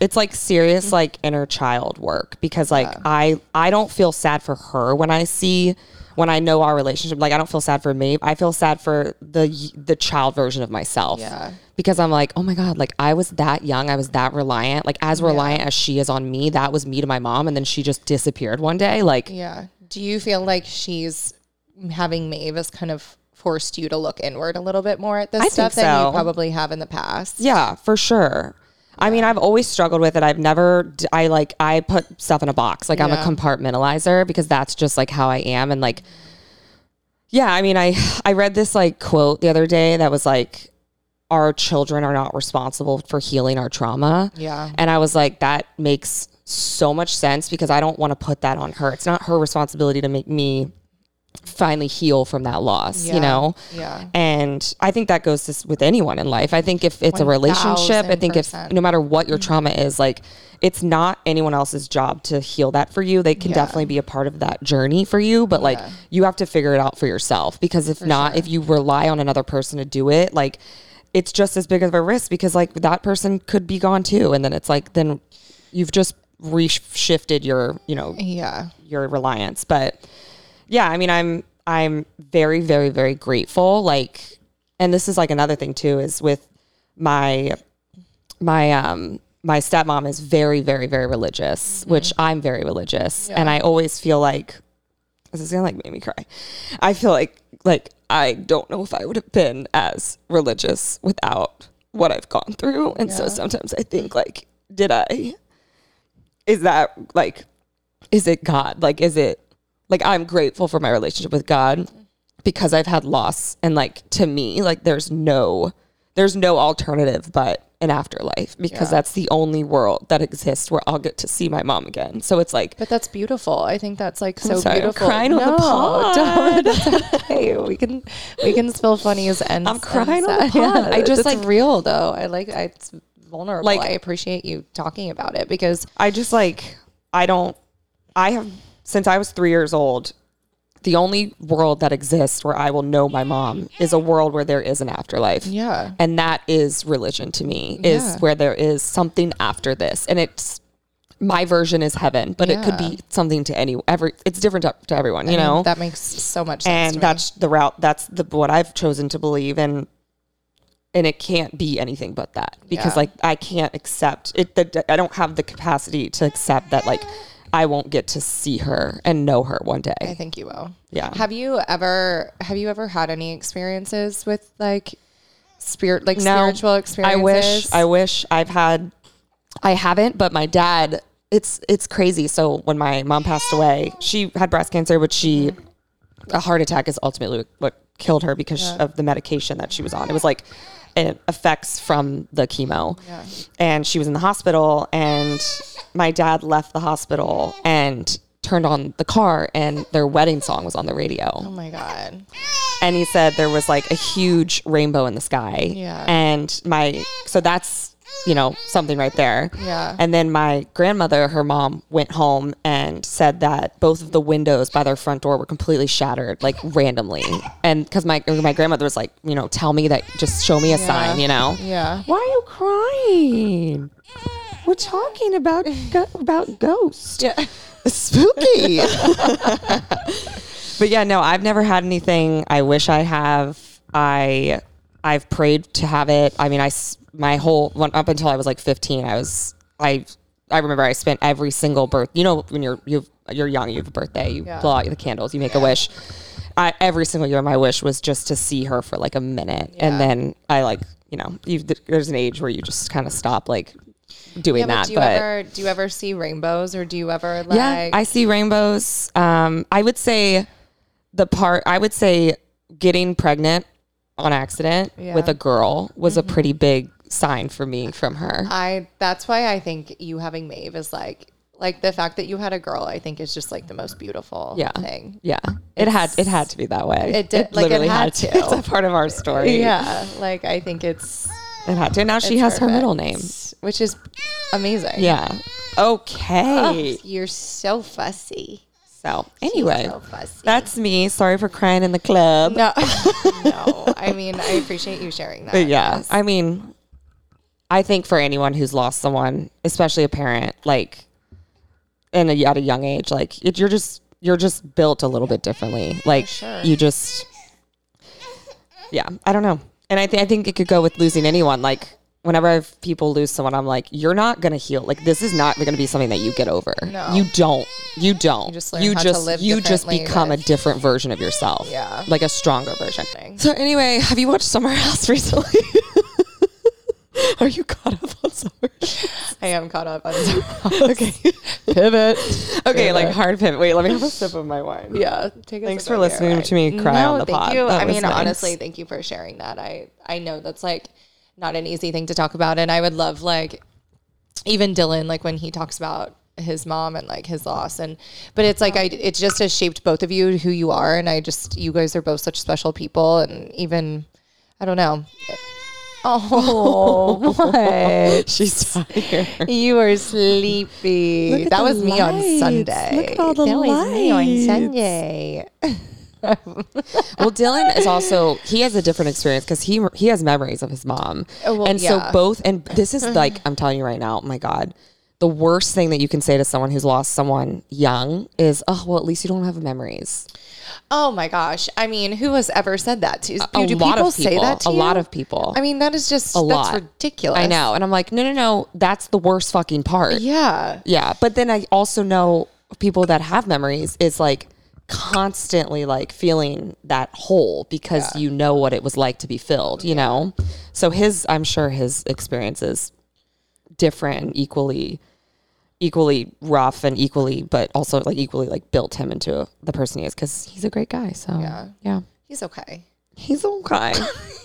Speaker 1: It's like serious like inner child work because like I I don't feel sad for her when I see when I know our relationship like I don't feel sad for me. I feel sad for the y- the child version of myself.
Speaker 2: Yeah.
Speaker 1: Because I'm like, "Oh my god, like I was that young, I was that reliant, like as reliant as she is on me. That was me to my mom and then she just disappeared one day." Like
Speaker 2: yeah. Do you feel like she's having Maeve has kind of forced you to look inward a little bit more at this
Speaker 1: think
Speaker 2: stuff than you
Speaker 1: so.
Speaker 2: probably have in the past?
Speaker 1: Yeah, for sure. I mean, I've always struggled with it. I've never, d- I like, I put stuff in a box. Like, I'm a
Speaker 2: Yeah.
Speaker 1: compartmentalizer because that's just like how I am. And like, yeah, I mean, I, I read this like quote the other day that was like, our children are not responsible for healing our trauma.
Speaker 2: Yeah.
Speaker 1: And I was like, that makes so much sense because I don't want to put that on her. It's not her responsibility to make me finally heal from that loss,
Speaker 2: Yeah.
Speaker 1: you know?
Speaker 2: Yeah.
Speaker 1: And I think that goes to, s- with anyone in life. I think if it's a relationship, I think if
Speaker 2: 1000%.
Speaker 1: no matter what your trauma is, like it's not anyone else's job to heal that for you. They can definitely be a part of that journey for you, but like you have to figure it out for yourself because if not, if you rely on another person to do it, like it's just as big of a risk because like that person could be gone too. And then it's like, then you've just reshifted your, you know,
Speaker 2: Yeah.
Speaker 1: your reliance. But yeah, I mean, I'm I'm very very very grateful. Like, and this is like another thing too is with my my um my stepmom is very very very religious, which I'm very religious, and I always feel like this is gonna like make me cry. I feel like like I don't know if I would have been as religious without what I've gone through, and so sometimes I think like, did I? Is that like is it God? Like, is it like I'm grateful for my relationship with God because I've had loss. And like to me, like there's no there's no alternative but an afterlife because that's the only world that exists where I'll get to see my mom again. So it's like
Speaker 2: But that's beautiful. I think that's like so
Speaker 1: sorry, I'm
Speaker 2: beautiful.
Speaker 1: crying on the pod.
Speaker 2: don't. It's okay. We can we can spill funnies and
Speaker 1: I'm
Speaker 2: and
Speaker 1: crying on the
Speaker 2: sad.
Speaker 1: pod. I just,
Speaker 2: it's
Speaker 1: like-
Speaker 2: real though. I like I, it's vulnerable.
Speaker 1: Like-
Speaker 2: I appreciate you talking about it because
Speaker 1: I just like I don't I have since I was 3 years old the only world that exists where I will know my mom is a world where there is an afterlife.
Speaker 2: Yeah.
Speaker 1: And that is religion to me is
Speaker 2: Yeah.
Speaker 1: where there is something after this and it's my version is heaven, but it could
Speaker 2: Yeah.
Speaker 1: be something to any every it's different to, to everyone, you know.
Speaker 2: that makes so much sense. to
Speaker 1: and
Speaker 2: me.
Speaker 1: that's the route that's the what I've chosen to believe and and it can't be anything but that because
Speaker 2: Yeah.
Speaker 1: like I can't accept it that I don't have the capacity to accept that like I won't get to see her and know her one day.
Speaker 2: I think you will.
Speaker 1: Yeah.
Speaker 2: Have you ever have you ever had any experiences with like spirit like
Speaker 1: No,
Speaker 2: spiritual experiences?
Speaker 1: I wish. I wish I've had. I haven't, but my dad. It's it's crazy. So when my mom passed away, she had breast cancer, but she a heart attack is ultimately what killed her because of the medication that she was on. It was like it effects from the chemo, and she was in the hospital. And my dad left the hospital and turned on the car, and their wedding song was on the radio
Speaker 2: Oh my god.
Speaker 1: and he said there was like a huge rainbow in the sky.
Speaker 2: Yeah.
Speaker 1: And my so that's you know something right there.
Speaker 2: Yeah.
Speaker 1: And then my grandmother, her mom, went home and said that both of the windows by their front door were completely shattered, like randomly. And because my my grandmother was like, you know, tell me that, just show me a sign, you know.
Speaker 2: Yeah.
Speaker 1: Why are you crying? We're talking about go- about ghosts.
Speaker 2: Yeah.
Speaker 1: Spooky. but yeah, no, I've never had anything. I wish I have. I I've prayed to have it. I mean, I s- my whole when, up until I was like 15, I was I I remember I spent every single birth. You know, when you're you you're young, you have a birthday, you
Speaker 2: Yeah.
Speaker 1: blow out the candles, you make a wish. I, every single year, my wish was just to see her for like a minute,
Speaker 2: Yeah.
Speaker 1: and then I like you know you, there's an age where you just kind of stop like doing
Speaker 2: Yeah,
Speaker 1: that.
Speaker 2: but do you ever do you ever see rainbows or do you ever like
Speaker 1: Yeah, I see rainbows. Um, I would say the part I would say getting pregnant on accident
Speaker 2: Yeah. Mm-hmm.
Speaker 1: with a girl was a pretty big sign for me from her.
Speaker 2: I that's why I think you having Maeve is like like the fact that you had a girl I think is just like the most beautiful
Speaker 1: Yeah.
Speaker 2: thing.
Speaker 1: Yeah. It had it had to be that way.
Speaker 2: It did- like, it had to.
Speaker 1: It's a part of our story.
Speaker 2: Yeah, like I think it's
Speaker 1: It had to. Now she has her middle name.
Speaker 2: which is amazing.
Speaker 1: Yeah. Okay.
Speaker 2: You're so fussy.
Speaker 1: So anyway,
Speaker 2: so fussy.
Speaker 1: that's me. Sorry for crying in the club.
Speaker 2: No, no. I mean, I appreciate you sharing that.
Speaker 1: But yeah, I mean, I think for anyone who's lost someone, especially a parent, like, and a, at a young age, like it, you're just you're just built a little bit differently. Like
Speaker 2: sure.
Speaker 1: you just, yeah, I don't know. And I, th- I think it could go with losing anyone. Like whenever I've, people lose someone, I'm like, you're not gonna heal. Like this is not gonna be something that you get over.
Speaker 2: No.
Speaker 1: You don't. You don't. You
Speaker 2: just learn how to
Speaker 1: just
Speaker 2: live
Speaker 1: you just
Speaker 2: differently
Speaker 1: become
Speaker 2: with-
Speaker 1: a different version of yourself.
Speaker 2: Yeah.
Speaker 1: Like a stronger version. So anyway, have you watched Summer House recently? Are you caught up on Summer?
Speaker 2: I am caught up on
Speaker 1: okay.
Speaker 2: pivot.
Speaker 1: Okay, like hard pivot. Wait, let me have a sip of my wine.
Speaker 2: Yeah. Take a
Speaker 1: Thanks
Speaker 2: sip
Speaker 1: for
Speaker 2: of your
Speaker 1: listening
Speaker 2: wine.
Speaker 1: to me cry on the
Speaker 2: thank
Speaker 1: pod.
Speaker 2: you.
Speaker 1: That
Speaker 2: I
Speaker 1: was
Speaker 2: mean,
Speaker 1: nice.
Speaker 2: honestly, thank you for sharing that. I I know that's like not an easy thing to talk about, and I would love like even Dylan like when he talks about his mom and like his loss and but it's like I it just has shaped both of you who you are and I just you guys are both such special people and even I don't know oh what
Speaker 1: She's tired.
Speaker 2: you are sleepy.
Speaker 1: Look at
Speaker 2: that
Speaker 1: the
Speaker 2: was me on
Speaker 1: lights.
Speaker 2: Sunday.
Speaker 1: Look at all the
Speaker 2: that was me on
Speaker 1: lights.
Speaker 2: Sunday.
Speaker 1: well, Dylan is also he has a different experience because he he has memories of his mom,
Speaker 2: Oh, well,
Speaker 1: and
Speaker 2: yeah.
Speaker 1: so both. And this is like I'm telling you right now, my God, the worst thing that you can say to someone who's lost someone young is, oh well, at least you don't have memories.
Speaker 2: Oh my gosh. I mean, who has ever said that to you?
Speaker 1: A
Speaker 2: Do
Speaker 1: lot
Speaker 2: people
Speaker 1: of people.
Speaker 2: say that to
Speaker 1: a
Speaker 2: you?
Speaker 1: lot of people.
Speaker 2: I mean, that is just
Speaker 1: a
Speaker 2: that's
Speaker 1: lot.
Speaker 2: ridiculous.
Speaker 1: I know. And I'm like, no, no, no. That's the worst fucking part. Yeah.
Speaker 2: Yeah.
Speaker 1: But then I also know people that have memories is like constantly like feeling that hole because you know what it was like to be filled, you know? So his, I'm sure his experience is different and equally equally rough and equally but also like equally like built him into the person he is because he's a great guy so yeah yeah
Speaker 2: He's okay.
Speaker 1: he's okay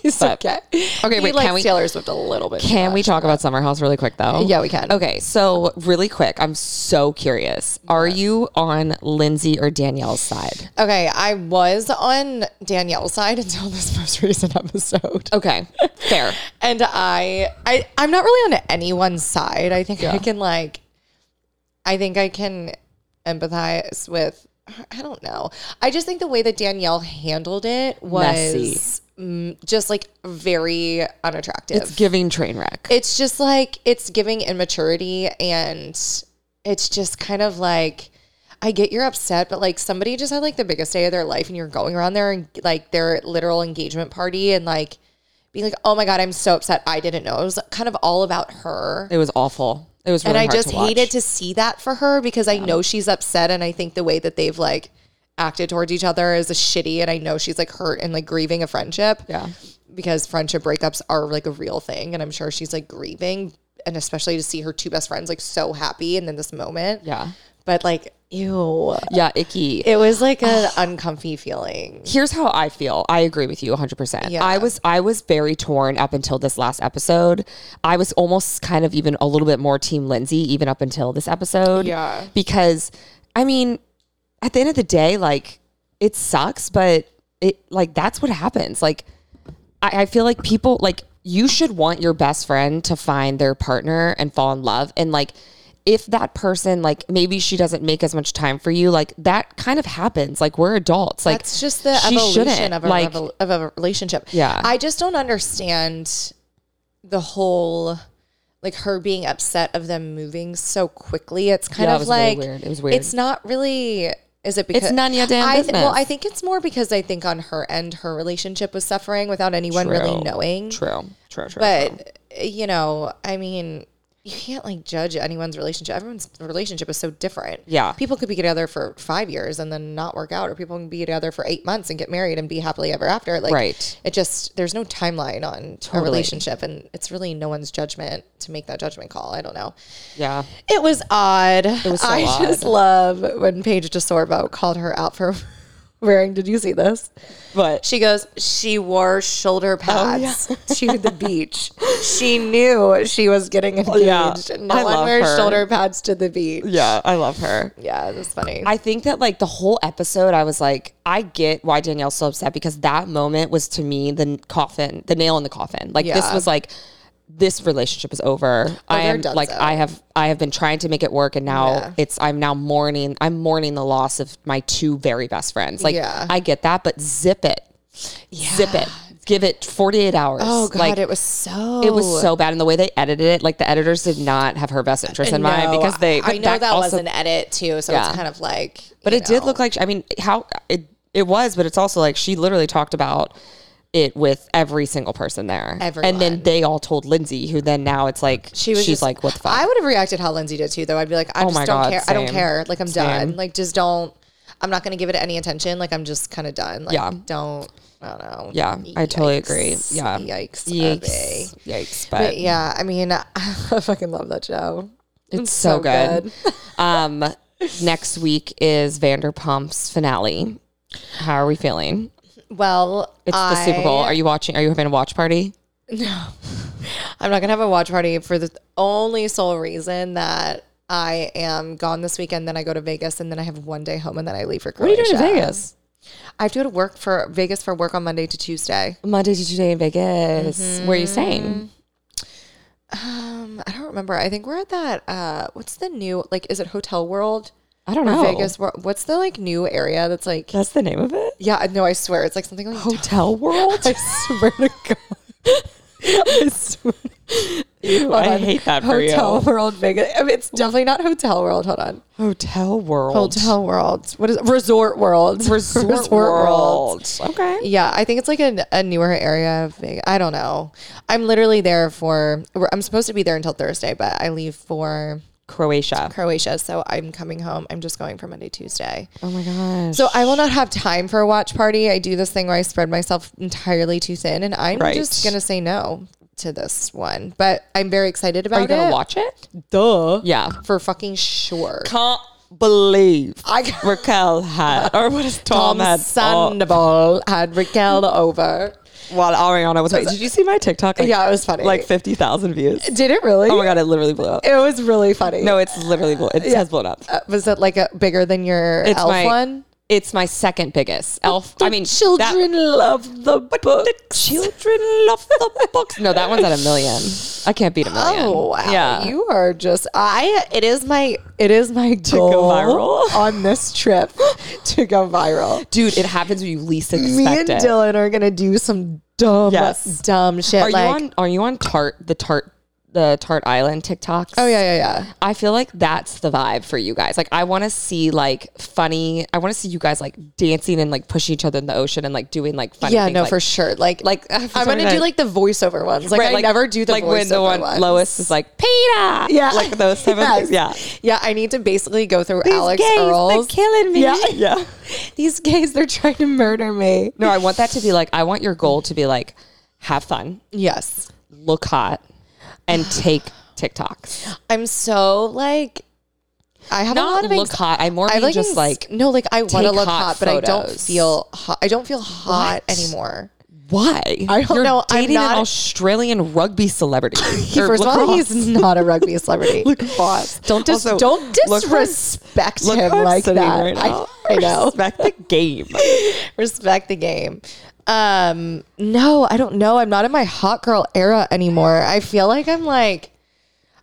Speaker 1: he's
Speaker 2: Okay.
Speaker 1: okay
Speaker 2: He
Speaker 1: wait
Speaker 2: likes
Speaker 1: can we
Speaker 2: Taylor Swift a little bit.
Speaker 1: can we talk about Summer House really quick though?
Speaker 2: Yeah, we can.
Speaker 1: Okay, so really quick, I'm so curious. Are you on Lindsay or Danielle's side?
Speaker 2: Okay, I was on Danielle's side until this most recent episode.
Speaker 1: Okay, fair.
Speaker 2: and I, I I'm not really on anyone's side. I think I can like I think I can empathize with I don't know. I just think the way that Danielle handled it
Speaker 1: Messy.
Speaker 2: was mm, just like very unattractive.
Speaker 1: It's giving train wreck.
Speaker 2: it's just like it's giving immaturity and it's just kind of like I get you're upset, but like somebody just had like the biggest day of their life and you're going around there and like their literal engagement party and like being like, Oh my god, I'm so upset. I didn't know. It was kind of all about her.
Speaker 1: It was awful. It was really
Speaker 2: and I
Speaker 1: hard
Speaker 2: just
Speaker 1: to watch.
Speaker 2: hated to see that for her because I know she's upset and I think the way that they've like acted towards each other is a shitty and I know she's like hurt and like grieving a friendship
Speaker 1: Yeah,
Speaker 2: because friendship breakups are like a real thing and i'm sure she's like grieving and especially to see her two best friends like so happy and then this moment
Speaker 1: yeah,
Speaker 2: but like ew
Speaker 1: yeah. Icky.
Speaker 2: it was like an uncomfy feeling
Speaker 1: here's how I feel. I agree with you 100%.
Speaker 2: Yeah.
Speaker 1: I was I was very torn up until this last episode. I was almost kind of even a little bit more team Lindsay even up until this episode.
Speaker 2: Yeah.
Speaker 1: Because I mean, at the end of the day, like it sucks, but it like that's what happens. Like I, I feel like people like you should want your best friend to find their partner and fall in love and like if that person like maybe she doesn't make as much time for you like that kind of happens like we're adults like
Speaker 2: That's just the
Speaker 1: she
Speaker 2: evolution
Speaker 1: shouldn't,
Speaker 2: of a,
Speaker 1: like
Speaker 2: revol- of a relationship.
Speaker 1: Yeah.
Speaker 2: I just don't understand the whole like her being upset of them moving so quickly. It's kind
Speaker 1: Yeah, it
Speaker 2: of
Speaker 1: was really
Speaker 2: like
Speaker 1: weird. It was weird.
Speaker 2: It's not really is it because
Speaker 1: none of your damn
Speaker 2: I th- Well,
Speaker 1: business.
Speaker 2: I think it's more because I think on her end her relationship was suffering without anyone really
Speaker 1: True.
Speaker 2: knowing.
Speaker 1: true true true
Speaker 2: But uh, you know, I mean, you can't like judge anyone's relationship. Everyone's relationship is so different.
Speaker 1: Yeah.
Speaker 2: people could be together for five years and then not work out, or people can be together for eight months and get married and be happily ever after. Like,
Speaker 1: Right.
Speaker 2: It just there's no timeline on a relationship, and it's really no one's judgment to make that judgment call. I don't know.
Speaker 1: yeah
Speaker 2: It was odd. It
Speaker 1: was so
Speaker 2: I just
Speaker 1: odd.
Speaker 2: love when Paige DeSorbo called her out for wearing. Did you see this?
Speaker 1: But
Speaker 2: She goes, she wore shoulder pads to the beach. She knew she was getting engaged.
Speaker 1: yeah.
Speaker 2: No
Speaker 1: I
Speaker 2: one
Speaker 1: love
Speaker 2: wears
Speaker 1: her.
Speaker 2: shoulder pads to the beach.
Speaker 1: yeah, I love her.
Speaker 2: Yeah, that's funny.
Speaker 1: I think that like the whole episode, I was like, I get why Danielle's so upset because that moment was to me the n- coffin, the nail in the coffin. Like this
Speaker 2: Yeah. was
Speaker 1: was like this relationship is over. I
Speaker 2: they're
Speaker 1: am
Speaker 2: done
Speaker 1: like
Speaker 2: so.
Speaker 1: I have I have been trying to make it work and now
Speaker 2: Yeah.
Speaker 1: it's I'm now mourning I'm mourning the loss of my two very best friends. Like
Speaker 2: Yeah.
Speaker 1: I get that, but zip it. Zip it. Give it 48 hours.
Speaker 2: oh god, Oh.
Speaker 1: like,
Speaker 2: it was so.
Speaker 1: it was so bad, and the way they edited it, like the editors did not have her best interest in mind
Speaker 2: No,
Speaker 1: because they.
Speaker 2: I
Speaker 1: but
Speaker 2: know that,
Speaker 1: also-
Speaker 2: was an edit too, so
Speaker 1: Yeah.
Speaker 2: it's kind of like.
Speaker 1: but
Speaker 2: you
Speaker 1: it did
Speaker 2: know.
Speaker 1: look like I mean how it it was, but it's also like she literally talked about it with every single person there, and
Speaker 2: Everyone.
Speaker 1: then they all told Lindsay, who then now it's like
Speaker 2: She was
Speaker 1: she's
Speaker 2: just-
Speaker 1: like what the fuck.
Speaker 2: I would have reacted how Lindsay did too, though. I'd be like, I just
Speaker 1: my
Speaker 2: don't
Speaker 1: God,
Speaker 2: care. I don't
Speaker 1: same.
Speaker 2: care. Like I'm done.
Speaker 1: Same.
Speaker 2: Like just don't. I'm not going to give it any attention. Like I'm just kind of done. Like
Speaker 1: Yeah.
Speaker 2: don't. I don't know.
Speaker 1: yeah, I totally
Speaker 2: Yikes.
Speaker 1: agree. Yeah,
Speaker 2: Yikes. Abby.
Speaker 1: yikes, yikes. But,
Speaker 2: But yeah, I mean, I fucking love that show.
Speaker 1: it's, so, good. um, next week is Vanderpump's finale. How are we feeling?
Speaker 2: Well,
Speaker 1: It's the Super Bowl. Are you watching? Are you having a watch party?
Speaker 2: I'm not gonna have a watch party for the only sole reason that I am gone this weekend. Then I go to Vegas, and then I have one day home, and then I leave for Croatia.
Speaker 1: Vegas?
Speaker 2: I have to go to work for Vegas for work on Monday to Tuesday.
Speaker 1: Monday, Tuesday in Vegas. Where are you staying?
Speaker 2: Um, I don't remember. I think we're at that. Uh, what's the new like? Is it Hotel World
Speaker 1: I don't
Speaker 2: or
Speaker 1: know.
Speaker 2: Vegas? Wor- What's the like new area that's like?
Speaker 1: That's the name of it.
Speaker 2: Yeah, no, I swear it's like something like.
Speaker 1: Hotel World.
Speaker 2: I swear to God. I swear.
Speaker 1: Ew,
Speaker 2: Hold
Speaker 1: I
Speaker 2: on.
Speaker 1: hate that for
Speaker 2: Hotel
Speaker 1: you.
Speaker 2: World Vegas. I mean, it's definitely not Hotel World. Hold on.
Speaker 1: Hotel World.
Speaker 2: Hotel World. What is it? Resort World?
Speaker 1: Resort, World. E- Okay.
Speaker 2: Yeah, I think it's like a, a newer area of Vegas. I don't know. I'm literally there for. we're- I'm supposed to be there until Thursday, but I leave for
Speaker 1: Croatia.
Speaker 2: Croatia, so I'm coming home. I'm just going for Monday, Tuesday.
Speaker 1: Oh my gosh.
Speaker 2: So I will not have time for a watch party. I do this thing where I spread myself entirely too thin, and I'm
Speaker 1: Right.
Speaker 2: just gonna say no to this one. But I'm very excited about
Speaker 1: are you
Speaker 2: it.
Speaker 1: gonna watch it?
Speaker 2: Duh.
Speaker 1: Yeah.
Speaker 2: For fucking sure.
Speaker 1: Can't believe
Speaker 2: I-
Speaker 1: Raquel had or what is Tom,
Speaker 2: Tom
Speaker 1: had oh,
Speaker 2: Sandoval had Raquel over.
Speaker 1: while Ariana was. Wait, did you see my TikTok? Like,
Speaker 2: Yeah, it was funny.
Speaker 1: like fifty thousand views.
Speaker 2: did it really?
Speaker 1: Oh my god, it literally blew up.
Speaker 2: It was really funny.
Speaker 1: No, it's literally blew. It has blown up.
Speaker 2: Uh, was it like a bigger than your
Speaker 1: It's
Speaker 2: elf
Speaker 1: my
Speaker 2: one?
Speaker 1: It's my second biggest. Elf. I mean, that-
Speaker 2: children love the books.
Speaker 1: Children love the books. No, that one's at a million. I can't beat a million.
Speaker 2: Oh wow!
Speaker 1: Yeah.
Speaker 2: You are just I. It is my it is my goal
Speaker 1: viral.
Speaker 2: on this trip to go viral.
Speaker 1: Dude, it happens when you least
Speaker 2: Me and
Speaker 1: expect it.
Speaker 2: Dylan are gonna do some dumb
Speaker 1: Yes.
Speaker 2: dumb shit.
Speaker 1: Are
Speaker 2: like
Speaker 1: you on are you on Tart the Tart the Tart Island TikToks?
Speaker 2: oh yeah yeah yeah.
Speaker 1: I feel like that's the vibe for you guys. Like I want to see like funny. I want to see you guys like dancing and like pushing each other in the ocean and like doing like funny.
Speaker 2: Yeah,
Speaker 1: things,
Speaker 2: no,
Speaker 1: like,
Speaker 2: for sure. Like,
Speaker 1: like, uh, for
Speaker 2: I'm
Speaker 1: some
Speaker 2: gonna do
Speaker 1: reason-
Speaker 2: like the voiceover ones. Like,
Speaker 1: Right,
Speaker 2: I never do the
Speaker 1: like
Speaker 2: voiceover
Speaker 1: when the one
Speaker 2: ones.
Speaker 1: Lois is like Peter.
Speaker 2: yeah,
Speaker 1: like those type of things. Yeah,
Speaker 2: Yes. yeah. I need to basically go through Alex
Speaker 1: gays, they're
Speaker 2: Earls.
Speaker 1: killing me.
Speaker 2: Yeah,
Speaker 1: Yeah.
Speaker 2: These gays, they're trying to murder me.
Speaker 1: No, I want that to be like. I want your goal to be like, have fun,
Speaker 2: Yes,
Speaker 1: look hot, and take TikToks.
Speaker 2: I'm so like. I have a
Speaker 1: not
Speaker 2: lot of
Speaker 1: look
Speaker 2: anxiety.
Speaker 1: hot. I more
Speaker 2: I
Speaker 1: mean
Speaker 2: like
Speaker 1: just like
Speaker 2: no, like I want to
Speaker 1: take
Speaker 2: look hot,
Speaker 1: hot
Speaker 2: but I don't
Speaker 1: photos.
Speaker 2: feel hot. I don't feel hot anymore.
Speaker 1: why?
Speaker 2: I don't
Speaker 1: You're
Speaker 2: know. I'm
Speaker 1: Dating
Speaker 2: not-
Speaker 1: an Australian rugby celebrity.
Speaker 2: He,
Speaker 1: Or
Speaker 2: first of all,
Speaker 1: lacrosse.
Speaker 2: he's not a rugby celebrity. lacrosse. Don't dis-
Speaker 1: Also,
Speaker 2: don't
Speaker 1: look where I'm-
Speaker 2: disrespect
Speaker 1: Look
Speaker 2: him
Speaker 1: how I'm
Speaker 2: like
Speaker 1: sitting
Speaker 2: that.
Speaker 1: right
Speaker 2: I-
Speaker 1: now.
Speaker 2: I know.
Speaker 1: Respect the game.
Speaker 2: respect the game. Um, no, I don't know. I'm not in my hot girl era anymore. I feel like I'm like,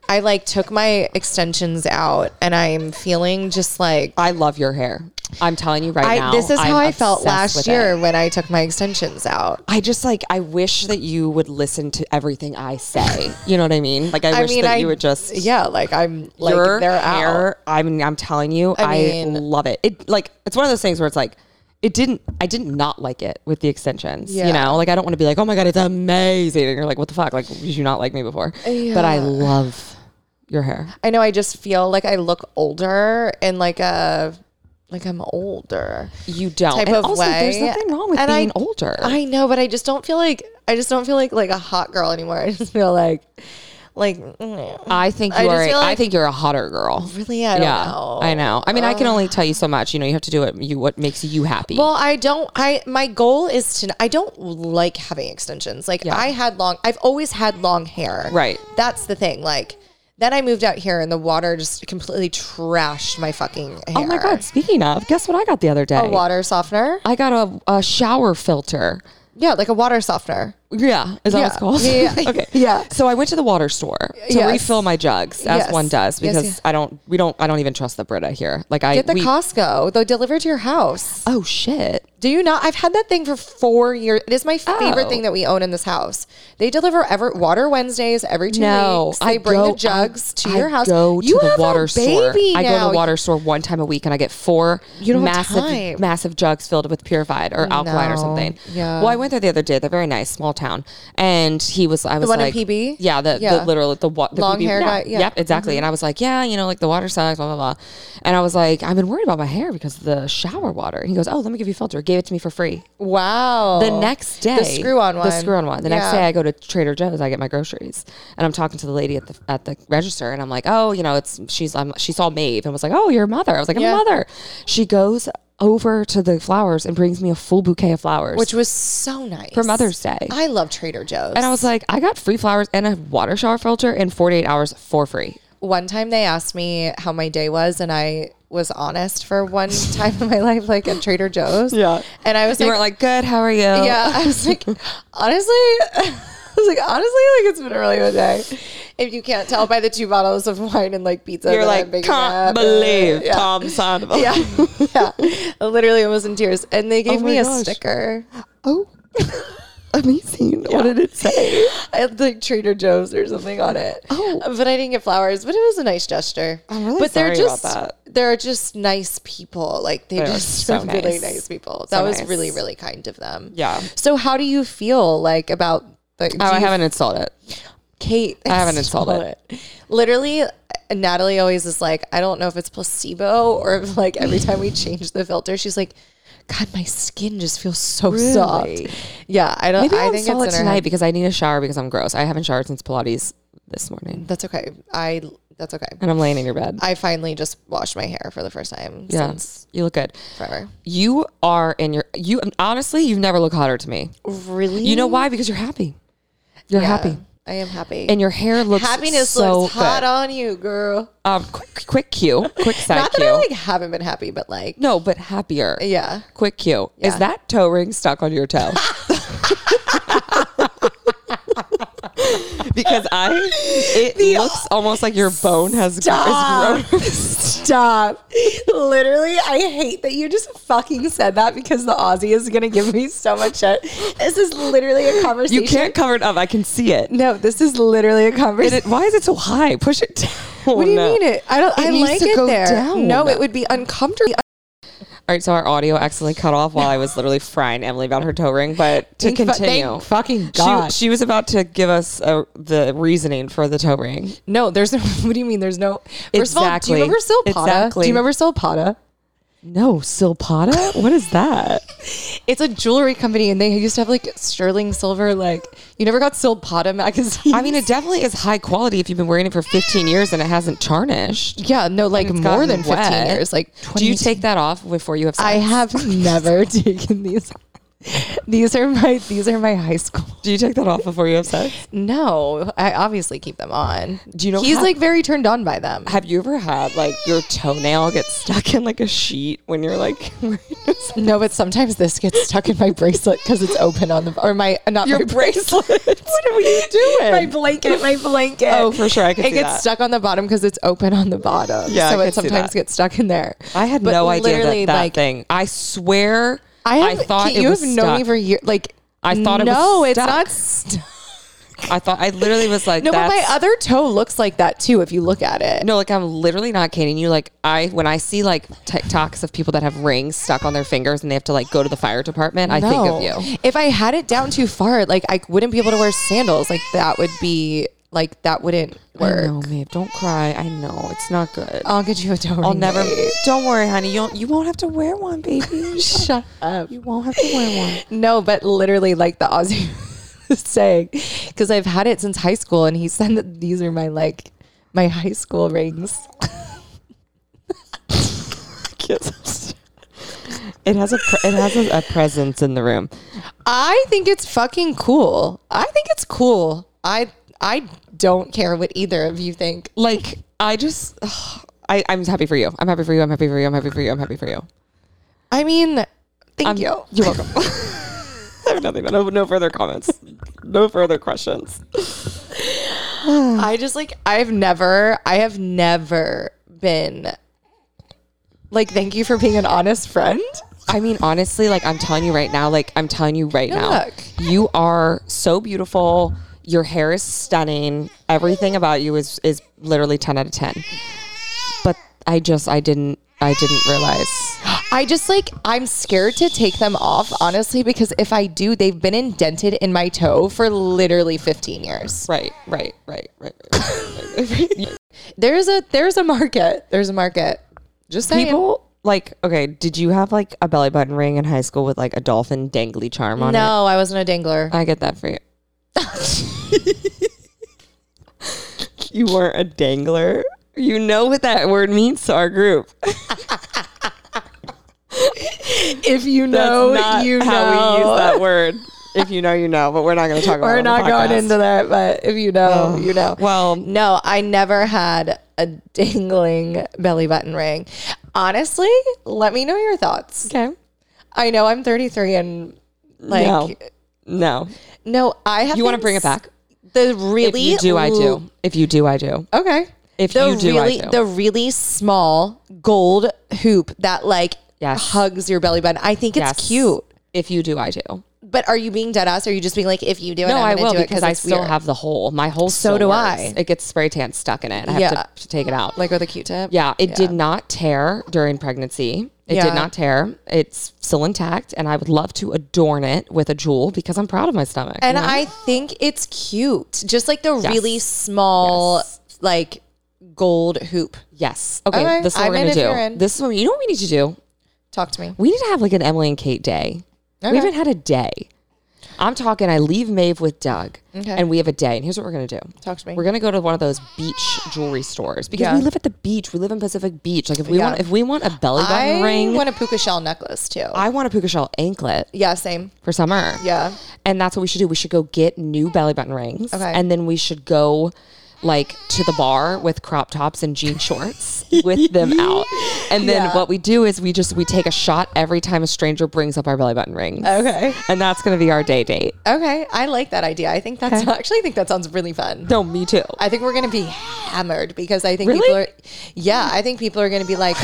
Speaker 2: I like took my extensions out, and I'm feeling just like
Speaker 1: I love your hair. I'm telling you right
Speaker 2: I.
Speaker 1: now.
Speaker 2: this is how
Speaker 1: I'm
Speaker 2: I felt
Speaker 1: obsessed
Speaker 2: last
Speaker 1: with
Speaker 2: year
Speaker 1: it.
Speaker 2: when I took my extensions out.
Speaker 1: I just like I wish that you would listen to everything I say. You know what I mean? Like I,
Speaker 2: I
Speaker 1: wish
Speaker 2: mean,
Speaker 1: that
Speaker 2: I
Speaker 1: you would just
Speaker 2: yeah, like I'm like
Speaker 1: your
Speaker 2: they're out.
Speaker 1: hair. I mean, I'm telling you, I,
Speaker 2: mean-
Speaker 1: love it. It like it's one of those things where it's like it didn't. I didn't not like it with the extensions.
Speaker 2: Yeah.
Speaker 1: You know, like I don't want to be like, oh my god, it's amazing, and you're like, what the fuck? Like, did you not like me before? But I love your hair.
Speaker 2: I know. I just feel like I look older and like a like I'm older.
Speaker 1: You don't.
Speaker 2: type
Speaker 1: and
Speaker 2: of
Speaker 1: also,
Speaker 2: way.
Speaker 1: There's nothing wrong with
Speaker 2: And I-
Speaker 1: being older.
Speaker 2: I know, but I just don't feel like I just don't feel like like a hot girl anymore. I just feel like Like, mm.
Speaker 1: I think
Speaker 2: I
Speaker 1: you
Speaker 2: just
Speaker 1: are. a-
Speaker 2: feel
Speaker 1: I
Speaker 2: like-
Speaker 1: think you're a hotter girl.
Speaker 2: really, I don't
Speaker 1: yeah,
Speaker 2: know.
Speaker 1: I know. Um, I mean, I can only tell you so much. You know, you have to do what you what makes you happy.
Speaker 2: Well, I don't. I my goal is to. I don't like having extensions. Like I had long. I've always had long hair.
Speaker 1: Right.
Speaker 2: That's the thing. Like then I moved out here, and the water just completely trashed my fucking hair.
Speaker 1: oh my god! Speaking of, guess what I got the other day?
Speaker 2: A water softener.
Speaker 1: I got a, a shower filter.
Speaker 2: Yeah, like a water softener.
Speaker 1: Yeah, is that what it's
Speaker 2: Yeah.
Speaker 1: called?
Speaker 2: Yeah, yeah, yeah.
Speaker 1: okay.
Speaker 2: Yeah.
Speaker 1: So I went to the water store to
Speaker 2: Yes.
Speaker 1: refill my jugs, as
Speaker 2: Yes.
Speaker 1: one does,
Speaker 2: Yes,
Speaker 1: because
Speaker 2: yeah.
Speaker 1: I don't. We don't. I don't even trust the Brita here. Like I.
Speaker 2: Get the
Speaker 1: we-
Speaker 2: Costco. They'll deliver to your house.
Speaker 1: oh shit!
Speaker 2: Do you not? I've had that thing for four years. It is my favorite
Speaker 1: Oh.
Speaker 2: thing that we own in this house. They deliver ever water Wednesdays every two
Speaker 1: No,
Speaker 2: weeks. They bring the jugs to
Speaker 1: I
Speaker 2: your house.
Speaker 1: Go to
Speaker 2: you
Speaker 1: the
Speaker 2: have
Speaker 1: water
Speaker 2: a baby
Speaker 1: store. I go to
Speaker 2: now.
Speaker 1: the water store one time a week, and I get four
Speaker 2: don't have time.
Speaker 1: massive, massive jugs filled with purified or alkaline or
Speaker 2: No.
Speaker 1: something.
Speaker 2: Yeah.
Speaker 1: Well, I went there the other day. They're very nice, small town, and he was. I was
Speaker 2: one in
Speaker 1: like,
Speaker 2: PB?
Speaker 1: Yeah, the,
Speaker 2: Yeah.
Speaker 1: the literally the, wa- the
Speaker 2: Long
Speaker 1: PB
Speaker 2: hair
Speaker 1: yeah.
Speaker 2: guy, yeah. Mm-hmm.
Speaker 1: Yep, exactly. And I was like, yeah, you know, like the water sucks, blah blah blah. And I was like, I've been worried about my hair because of the shower water. And he goes, oh, let me give you a filter. Gave it to me for free.
Speaker 2: Wow.
Speaker 1: The next day,
Speaker 2: Oh. the screw-on
Speaker 1: The
Speaker 2: one.
Speaker 1: screw-on one. The next
Speaker 2: Yeah.
Speaker 1: day, I go to Trader Joe's. I get my groceries, and I'm talking to the lady at the at the register, and I'm like, "Oh, you know, it's she's um, she saw Maeve and was like, "Oh, your mother." I was like, "I'm
Speaker 2: Yeah.
Speaker 1: a mother." She goes over to the flowers and brings me a full bouquet of flowers,
Speaker 2: which was so nice
Speaker 1: for Mother's Day.
Speaker 2: I love Trader Joe's.
Speaker 1: and I was like, I got free flowers and a water shower filter in 48 hours for free.
Speaker 2: one time they asked me how my day was, and I was honest for one time in my life, like at Trader Joe's.
Speaker 1: Yeah.
Speaker 2: and I was
Speaker 1: You
Speaker 2: like,
Speaker 1: weren't like, good, how are you?
Speaker 2: yeah, I was like, honestly, I was like, honestly, like it's been a really good day. If you can't tell by the two bottles of wine and like pizza,
Speaker 1: You're
Speaker 2: that I'm
Speaker 1: like,
Speaker 2: picking
Speaker 1: can't
Speaker 2: up, uh,
Speaker 1: believe
Speaker 2: yeah.
Speaker 1: Tom Sandoval.
Speaker 2: Yeah, yeah. I literally almost in tears, and they gave
Speaker 1: Oh my
Speaker 2: me a
Speaker 1: gosh.
Speaker 2: sticker.
Speaker 1: Oh, amazing. What did it say?
Speaker 2: I had like Trader Joe's or something on it.
Speaker 1: Oh.
Speaker 2: but I didn't get flowers. But it was a nice gesture.
Speaker 1: I'm really
Speaker 2: but
Speaker 1: sorry about
Speaker 2: just
Speaker 1: that.
Speaker 2: they're just nice people. Like they
Speaker 1: They are
Speaker 2: just
Speaker 1: so
Speaker 2: are really
Speaker 1: nice.
Speaker 2: nice people. That was
Speaker 1: nice.
Speaker 2: really really kind of them.
Speaker 1: Yeah.
Speaker 2: So how do you feel like about like do
Speaker 1: Oh, I
Speaker 2: you-
Speaker 1: haven't installed it.
Speaker 2: Kate? I
Speaker 1: haven't installed
Speaker 2: Literally, Natalie always is like, I don't know if it's placebo or if like every time we change the filter, she's like. God, my skin just feels so
Speaker 1: Really?
Speaker 2: soft. Yeah, I don't.
Speaker 1: Maybe
Speaker 2: I
Speaker 1: I'll
Speaker 2: think
Speaker 1: install
Speaker 2: it's
Speaker 1: it
Speaker 2: in her head.
Speaker 1: tonight because I need a shower because I'm gross. I haven't showered since Pilates this morning,
Speaker 2: That's okay. I. That's okay.
Speaker 1: and I'm laying in your bed.
Speaker 2: I finally just washed my hair for the first time
Speaker 1: yeah,
Speaker 2: since
Speaker 1: you look good.
Speaker 2: forever.
Speaker 1: You are in your you. Honestly, you've never looked hotter to me.
Speaker 2: Really?
Speaker 1: You know why? Because you're happy. You're happy,
Speaker 2: I am happy.
Speaker 1: and your hair looks
Speaker 2: happiness
Speaker 1: so
Speaker 2: looks hot
Speaker 1: good.
Speaker 2: on you, girl.
Speaker 1: Um, quick, quick cue, quick side
Speaker 2: Not that
Speaker 1: cue.
Speaker 2: I like haven't been happy, but like
Speaker 1: no, but happier.
Speaker 2: yeah.
Speaker 1: Quick cue. Is
Speaker 2: Yeah.
Speaker 1: that toe ring stuck on your toe? because I, it looks almost like your bone has grown.
Speaker 2: Stop. Stop. Literally, I hate that you just fucking said that because the Aussie is gonna give me so much shit. This is literally a
Speaker 1: You
Speaker 2: conversation.
Speaker 1: can't cover it up. I can see it.
Speaker 2: No, this is literally a
Speaker 1: And
Speaker 2: conversation.
Speaker 1: it- why is it so high? Push it down.
Speaker 2: what do you mean it? I don't. I
Speaker 1: needs
Speaker 2: like
Speaker 1: to
Speaker 2: it
Speaker 1: go
Speaker 2: there.
Speaker 1: down.
Speaker 2: No, it would be uncomfortable.
Speaker 1: All right, so our audio accidentally cut off while I was literally frying Emily about her toe ring. But to
Speaker 2: Thank fu- thank
Speaker 1: continue,
Speaker 2: fucking
Speaker 1: She-
Speaker 2: God.
Speaker 1: she, was about to give us a, the reasoning for the toe ring.
Speaker 2: No, there's no. What do you mean? There's no. First
Speaker 1: Exactly.
Speaker 2: of all, do you remember Silpata?
Speaker 1: Exactly.
Speaker 2: Do you remember Silpata?
Speaker 1: No, Silpata. what is that?
Speaker 2: It's a jewelry company, and they used to have like sterling silver. Like you never got Silpata magazine.
Speaker 1: I mean, it definitely is high quality if you've been wearing it for 15 years and it hasn't tarnished.
Speaker 2: yeah, no, like
Speaker 1: it's
Speaker 2: more
Speaker 1: gotten
Speaker 2: than fifteen
Speaker 1: wet.
Speaker 2: years. Like
Speaker 1: Do you
Speaker 2: 20
Speaker 1: take that off before you have sex?
Speaker 2: I have never taken these. These are my these are my high school.
Speaker 1: Do you take that off before you have sex?
Speaker 2: No, I obviously keep them on.
Speaker 1: Do you know
Speaker 2: he's
Speaker 1: how-
Speaker 2: like very turned on by them?
Speaker 1: Have you ever had like your toenail get stuck in like a sheet when you're like
Speaker 2: No, but sometimes this gets stuck in my bracelet because it's open on the or my not
Speaker 1: your
Speaker 2: my
Speaker 1: bracelet? what are you doing?
Speaker 2: my blanket, my blanket.
Speaker 1: Oh, for sure, I can
Speaker 2: it
Speaker 1: see
Speaker 2: gets
Speaker 1: that.
Speaker 2: stuck on the bottom because it's open on the bottom.
Speaker 1: Yeah,
Speaker 2: so
Speaker 1: I
Speaker 2: it
Speaker 1: could see
Speaker 2: sometimes
Speaker 1: that.
Speaker 2: gets stuck in there.
Speaker 1: I had
Speaker 2: But
Speaker 1: no idea that,
Speaker 2: literally,
Speaker 1: that
Speaker 2: like,
Speaker 1: thing. I swear,
Speaker 2: I,
Speaker 1: I,
Speaker 2: have,
Speaker 1: thought
Speaker 2: you
Speaker 1: it was
Speaker 2: have
Speaker 1: stuck.
Speaker 2: known me for years. Like
Speaker 1: I thought it was
Speaker 2: no, it's
Speaker 1: stuck.
Speaker 2: not. St-
Speaker 1: I thought I literally was like,
Speaker 2: no, but my
Speaker 1: that's-
Speaker 2: other toe looks like that too. If you look at it,
Speaker 1: No, like I'm literally not kidding you. Like I, when I see like TikToks of people that have rings stuck on their fingers and they have to like go to the fire department, I think of you.
Speaker 2: If I had it down too far, like I wouldn't be able to wear sandals. Like that would be like that wouldn't
Speaker 1: I
Speaker 2: work.
Speaker 1: know, babe. Don't cry. I know it's not good.
Speaker 2: I'll get you a toe
Speaker 1: I'll
Speaker 2: ring,
Speaker 1: never.
Speaker 2: babe.
Speaker 1: Don't worry, honey. You don't, you won't have to wear one, baby.
Speaker 2: Shut up.
Speaker 1: you won't have to wear one.
Speaker 2: No, but literally, like the Aussie. saying because I've had it since high school, and he said that these are my like my high school rings.
Speaker 1: It has a pre- it has a, a presence in the room.
Speaker 2: I think it's fucking cool. I think it's cool. I I don't care what either of you think.
Speaker 1: Like I just I I'm happy for you. I'm happy for you. I'm happy for you. I'm happy for you. I'm happy for you.
Speaker 2: I mean, thank
Speaker 1: I'm,
Speaker 2: you.
Speaker 1: You're welcome. I have nothing. No, no further comments. No further questions.
Speaker 2: I just like I've never I have never been like thank you for being an honest friend.
Speaker 1: I mean, honestly, like I'm telling you right now, like I'm telling you right now,
Speaker 2: look.
Speaker 1: you are so beautiful. Your hair is stunning. Everything about you is is literally 10 out of 10. But I just I didn't I didn't realize.
Speaker 2: I just like I'm scared to take them off honestly because if I do they've been indented in my toe for literally 15 years.
Speaker 1: Right, right, right, right. right, right, right, right.
Speaker 2: There's a there's a market. There's a market. Just saying.
Speaker 1: People like okay, did you have like a belly button ring in high school with like a dolphin dangly charm on it?
Speaker 2: No, I wasn't a dangler.
Speaker 1: I get that for you. you weren't a dangler. You know what that word means to our group.
Speaker 2: If you
Speaker 1: That's
Speaker 2: know,
Speaker 1: not
Speaker 2: you
Speaker 1: how we
Speaker 2: know.
Speaker 1: use that word. If you know, you know. But we're not going to talk about.
Speaker 2: We're
Speaker 1: it on the
Speaker 2: not going
Speaker 1: podcast.
Speaker 2: into that, but if you know, you know.
Speaker 1: well-
Speaker 2: no, I never had a dangling belly button ring. Honestly, let me know your thoughts.
Speaker 1: Okay.
Speaker 2: I know I'm 33 and like
Speaker 1: no.
Speaker 2: no,
Speaker 1: No.
Speaker 2: I have
Speaker 1: You want to
Speaker 2: been
Speaker 1: bring it
Speaker 2: s-
Speaker 1: back?
Speaker 2: The really
Speaker 1: If you do, I
Speaker 2: l-
Speaker 1: do. If you do, I do.
Speaker 2: Okay.
Speaker 1: If
Speaker 2: the
Speaker 1: you do, I
Speaker 2: really
Speaker 1: do.
Speaker 2: the really small gold hoop that like
Speaker 1: Yes.
Speaker 2: hugs your belly button. I think it's
Speaker 1: Yes.
Speaker 2: cute.
Speaker 1: If you do, I do.
Speaker 2: But are you being dead ass? Or are you just being like, if you do it,
Speaker 1: No,
Speaker 2: I'm
Speaker 1: I
Speaker 2: gonna
Speaker 1: will
Speaker 2: do it
Speaker 1: because I
Speaker 2: it's
Speaker 1: still
Speaker 2: weird.
Speaker 1: have the hole. My hole. So
Speaker 2: do I.
Speaker 1: It gets spray tan stuck in it. I have
Speaker 2: Yeah.
Speaker 1: to, to take it out.
Speaker 2: like with a Q-tip.
Speaker 1: Yeah, it did not tear during pregnancy. It
Speaker 2: Yeah.
Speaker 1: did not tear. It's still intact, and I would love to adorn it with a jewel because I'm proud of my stomach.
Speaker 2: And
Speaker 1: you know?
Speaker 2: I think it's cute. Just like the really small,
Speaker 1: Yes.
Speaker 2: like gold hoop.
Speaker 1: yes, okay,
Speaker 2: Okay,
Speaker 1: this is what
Speaker 2: I'm
Speaker 1: we're
Speaker 2: in
Speaker 1: gonna
Speaker 2: if you're in.
Speaker 1: do. This is what we- you know. What we need to do.
Speaker 2: Talk to me.
Speaker 1: We need to have like an Emily and Kate day. We haven't had a day. I'm talking. I leave Maeve with Doug,
Speaker 2: Okay.
Speaker 1: and we have a day. And here's what we're gonna do.
Speaker 2: Talk to me.
Speaker 1: We're gonna go to one of those beach jewelry stores because
Speaker 2: Yeah.
Speaker 1: we live at the beach. We live in Pacific Beach. Like if we
Speaker 2: Yeah.
Speaker 1: want, if we want a belly button
Speaker 2: I
Speaker 1: ring,
Speaker 2: want a puka shell necklace too.
Speaker 1: I want a puka shell anklet.
Speaker 2: yeah, same.
Speaker 1: for summer.
Speaker 2: Yeah.
Speaker 1: And that's what we should do. We should go get new belly button rings.
Speaker 2: Okay.
Speaker 1: And then we should go like to the bar with crop tops and jean shorts with them out. And then
Speaker 2: Yeah.
Speaker 1: what we do is we just we take a shot every time a stranger brings up our belly button rings.
Speaker 2: Okay.
Speaker 1: And that's gonna be our day date.
Speaker 2: Okay, I like that idea. I think that's actually I think that sounds really fun.
Speaker 1: No, me too.
Speaker 2: I think we're gonna be hammered because I think
Speaker 1: Really?
Speaker 2: people are. Yeah, I think people are gonna be like,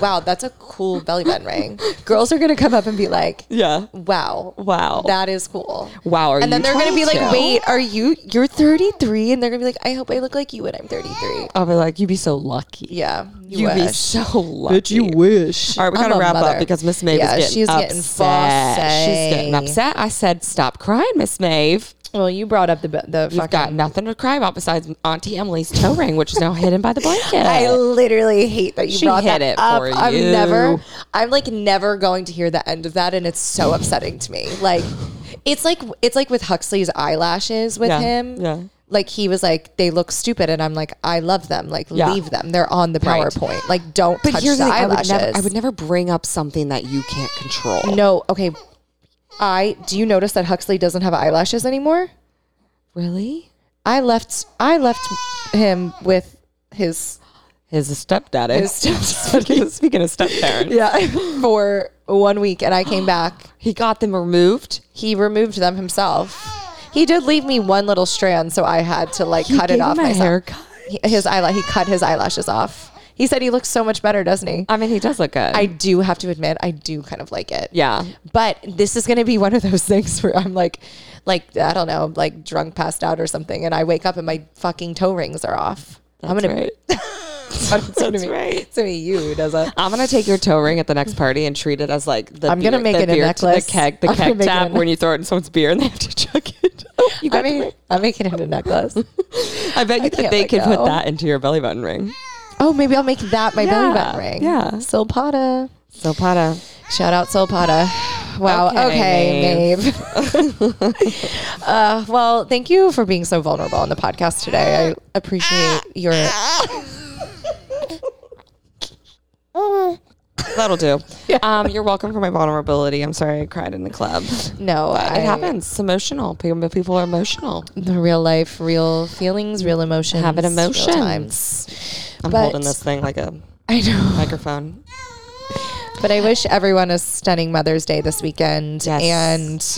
Speaker 2: "Wow, that's a cool belly button ring." Girls are gonna come up and be like,
Speaker 1: yeah.
Speaker 2: "Wow,
Speaker 1: Wow.
Speaker 2: that is cool."
Speaker 1: wow. Are
Speaker 2: and then
Speaker 1: you
Speaker 2: they're going to be like,
Speaker 1: 22?
Speaker 2: wait, are you, you're 33? And they're going to be like, I hope I look like you when I'm 33.
Speaker 1: I'll be like, you'd be so lucky.
Speaker 2: Yeah. You,
Speaker 1: You'd be
Speaker 2: wish.
Speaker 1: so lucky.
Speaker 2: wish.
Speaker 1: All right, we
Speaker 2: I'm
Speaker 1: gotta
Speaker 2: a
Speaker 1: wrap up
Speaker 2: mother.
Speaker 1: because Miss Maeve
Speaker 2: Yeah,
Speaker 1: is getting
Speaker 2: she's
Speaker 1: upset.
Speaker 2: getting
Speaker 1: She's getting
Speaker 2: fussy.
Speaker 1: upset. I said, "Stop crying, Miss Maeve.
Speaker 2: Well, you brought up the, the
Speaker 1: You've got nothing to cry about besides Auntie Emily's toe ring, which is now hidden by the blanket."
Speaker 2: I literally hate that you
Speaker 1: She
Speaker 2: brought
Speaker 1: hit
Speaker 2: that
Speaker 1: it
Speaker 2: up.
Speaker 1: for
Speaker 2: I'm
Speaker 1: you.
Speaker 2: never, I'm like never going to hear the end of that, and it's so upsetting to me. Like, it's like it's like with Huxley's eyelashes with
Speaker 1: Yeah,
Speaker 2: him.
Speaker 1: yeah.
Speaker 2: Like he was like, they look stupid, and I'm like, I love them. Like,
Speaker 1: Yeah.
Speaker 2: leave them. They're on the
Speaker 1: Right.
Speaker 2: PowerPoint. Like, don't touch the,
Speaker 1: I would,
Speaker 2: eyelashes.
Speaker 1: never, I would never bring up something that you can't control.
Speaker 2: No, okay. I do you notice that Huxley doesn't have eyelashes anymore?
Speaker 1: Really?
Speaker 2: I left I left him with his
Speaker 1: His stepdaddy.
Speaker 2: his stuff.
Speaker 1: Speaking of stepparents,
Speaker 2: yeah for one week and I came back.
Speaker 1: he got them removed.
Speaker 2: He removed them himself. He did leave me one little strand, so I had to like cut it
Speaker 1: gave
Speaker 2: off
Speaker 1: him a
Speaker 2: myself.
Speaker 1: haircut?
Speaker 2: He- His eyelash he cut his eyelashes off. He said he looks so much better, doesn't he?
Speaker 1: I mean, he does look good.
Speaker 2: I do have to admit, I do kind of like it.
Speaker 1: yeah.
Speaker 2: But this is going to be one of those things where I'm like, like I don't know, like drunk, passed out, or something, and I wake up and my fucking toe rings are off. I'm
Speaker 1: That's
Speaker 2: gonna.
Speaker 1: right.
Speaker 2: It's gonna
Speaker 1: That's
Speaker 2: be,
Speaker 1: right.
Speaker 2: It's gonna be you who does that.
Speaker 1: I'm gonna take your toe ring at the next party and treat it as like the.
Speaker 2: I'm gonna
Speaker 1: beer-
Speaker 2: make
Speaker 1: the
Speaker 2: it a
Speaker 1: beer-
Speaker 2: necklace.
Speaker 1: The keg, the
Speaker 2: I'm gonna
Speaker 1: keg
Speaker 2: make it a Oh,
Speaker 1: tap when you throw it in someone's beer and they have to chug it. you
Speaker 2: I
Speaker 1: got the
Speaker 2: mean,
Speaker 1: ring.
Speaker 2: I'm making it a necklace.
Speaker 1: I bet you that
Speaker 2: can't
Speaker 1: they
Speaker 2: let
Speaker 1: could put
Speaker 2: go.
Speaker 1: that into your belly button ring.
Speaker 2: oh, maybe I'll make that my belly button
Speaker 1: Yeah,
Speaker 2: ring.
Speaker 1: yeah.
Speaker 2: Solpata.
Speaker 1: So Pata,
Speaker 2: Shout out Solpata. Wow. Okay,
Speaker 1: Okay,
Speaker 2: Maeve. uh, well, thank you for being so vulnerable on the podcast today. I appreciate your.
Speaker 1: That'll do. Um, you're welcome for my vulnerability. I'm sorry I cried in the club.
Speaker 2: No, I,
Speaker 1: It happens. It's emotional. People people are emotional.
Speaker 2: The real life, real feelings, real emotions.
Speaker 1: Having
Speaker 2: real
Speaker 1: emotions. I'm
Speaker 2: But-
Speaker 1: holding this thing like a
Speaker 2: I know.
Speaker 1: microphone.
Speaker 2: But I wish everyone a stunning Mother's Day this weekend.
Speaker 1: Yes.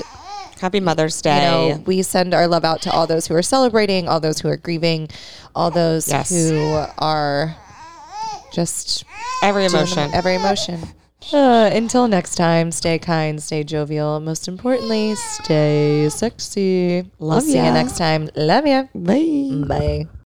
Speaker 2: And
Speaker 1: Happy Mother's
Speaker 2: you
Speaker 1: Day.
Speaker 2: know, we send our love out to all those who are celebrating, all those who are grieving, all those
Speaker 1: Yes.
Speaker 2: who are just
Speaker 1: Every
Speaker 2: dealing with
Speaker 1: emotion.
Speaker 2: every emotion. Uh, until next time, stay kind, stay jovial. Most importantly, stay sexy.
Speaker 1: Love
Speaker 2: we'll see
Speaker 1: ya.
Speaker 2: you next time. Love you.
Speaker 1: Bye.
Speaker 2: Bye.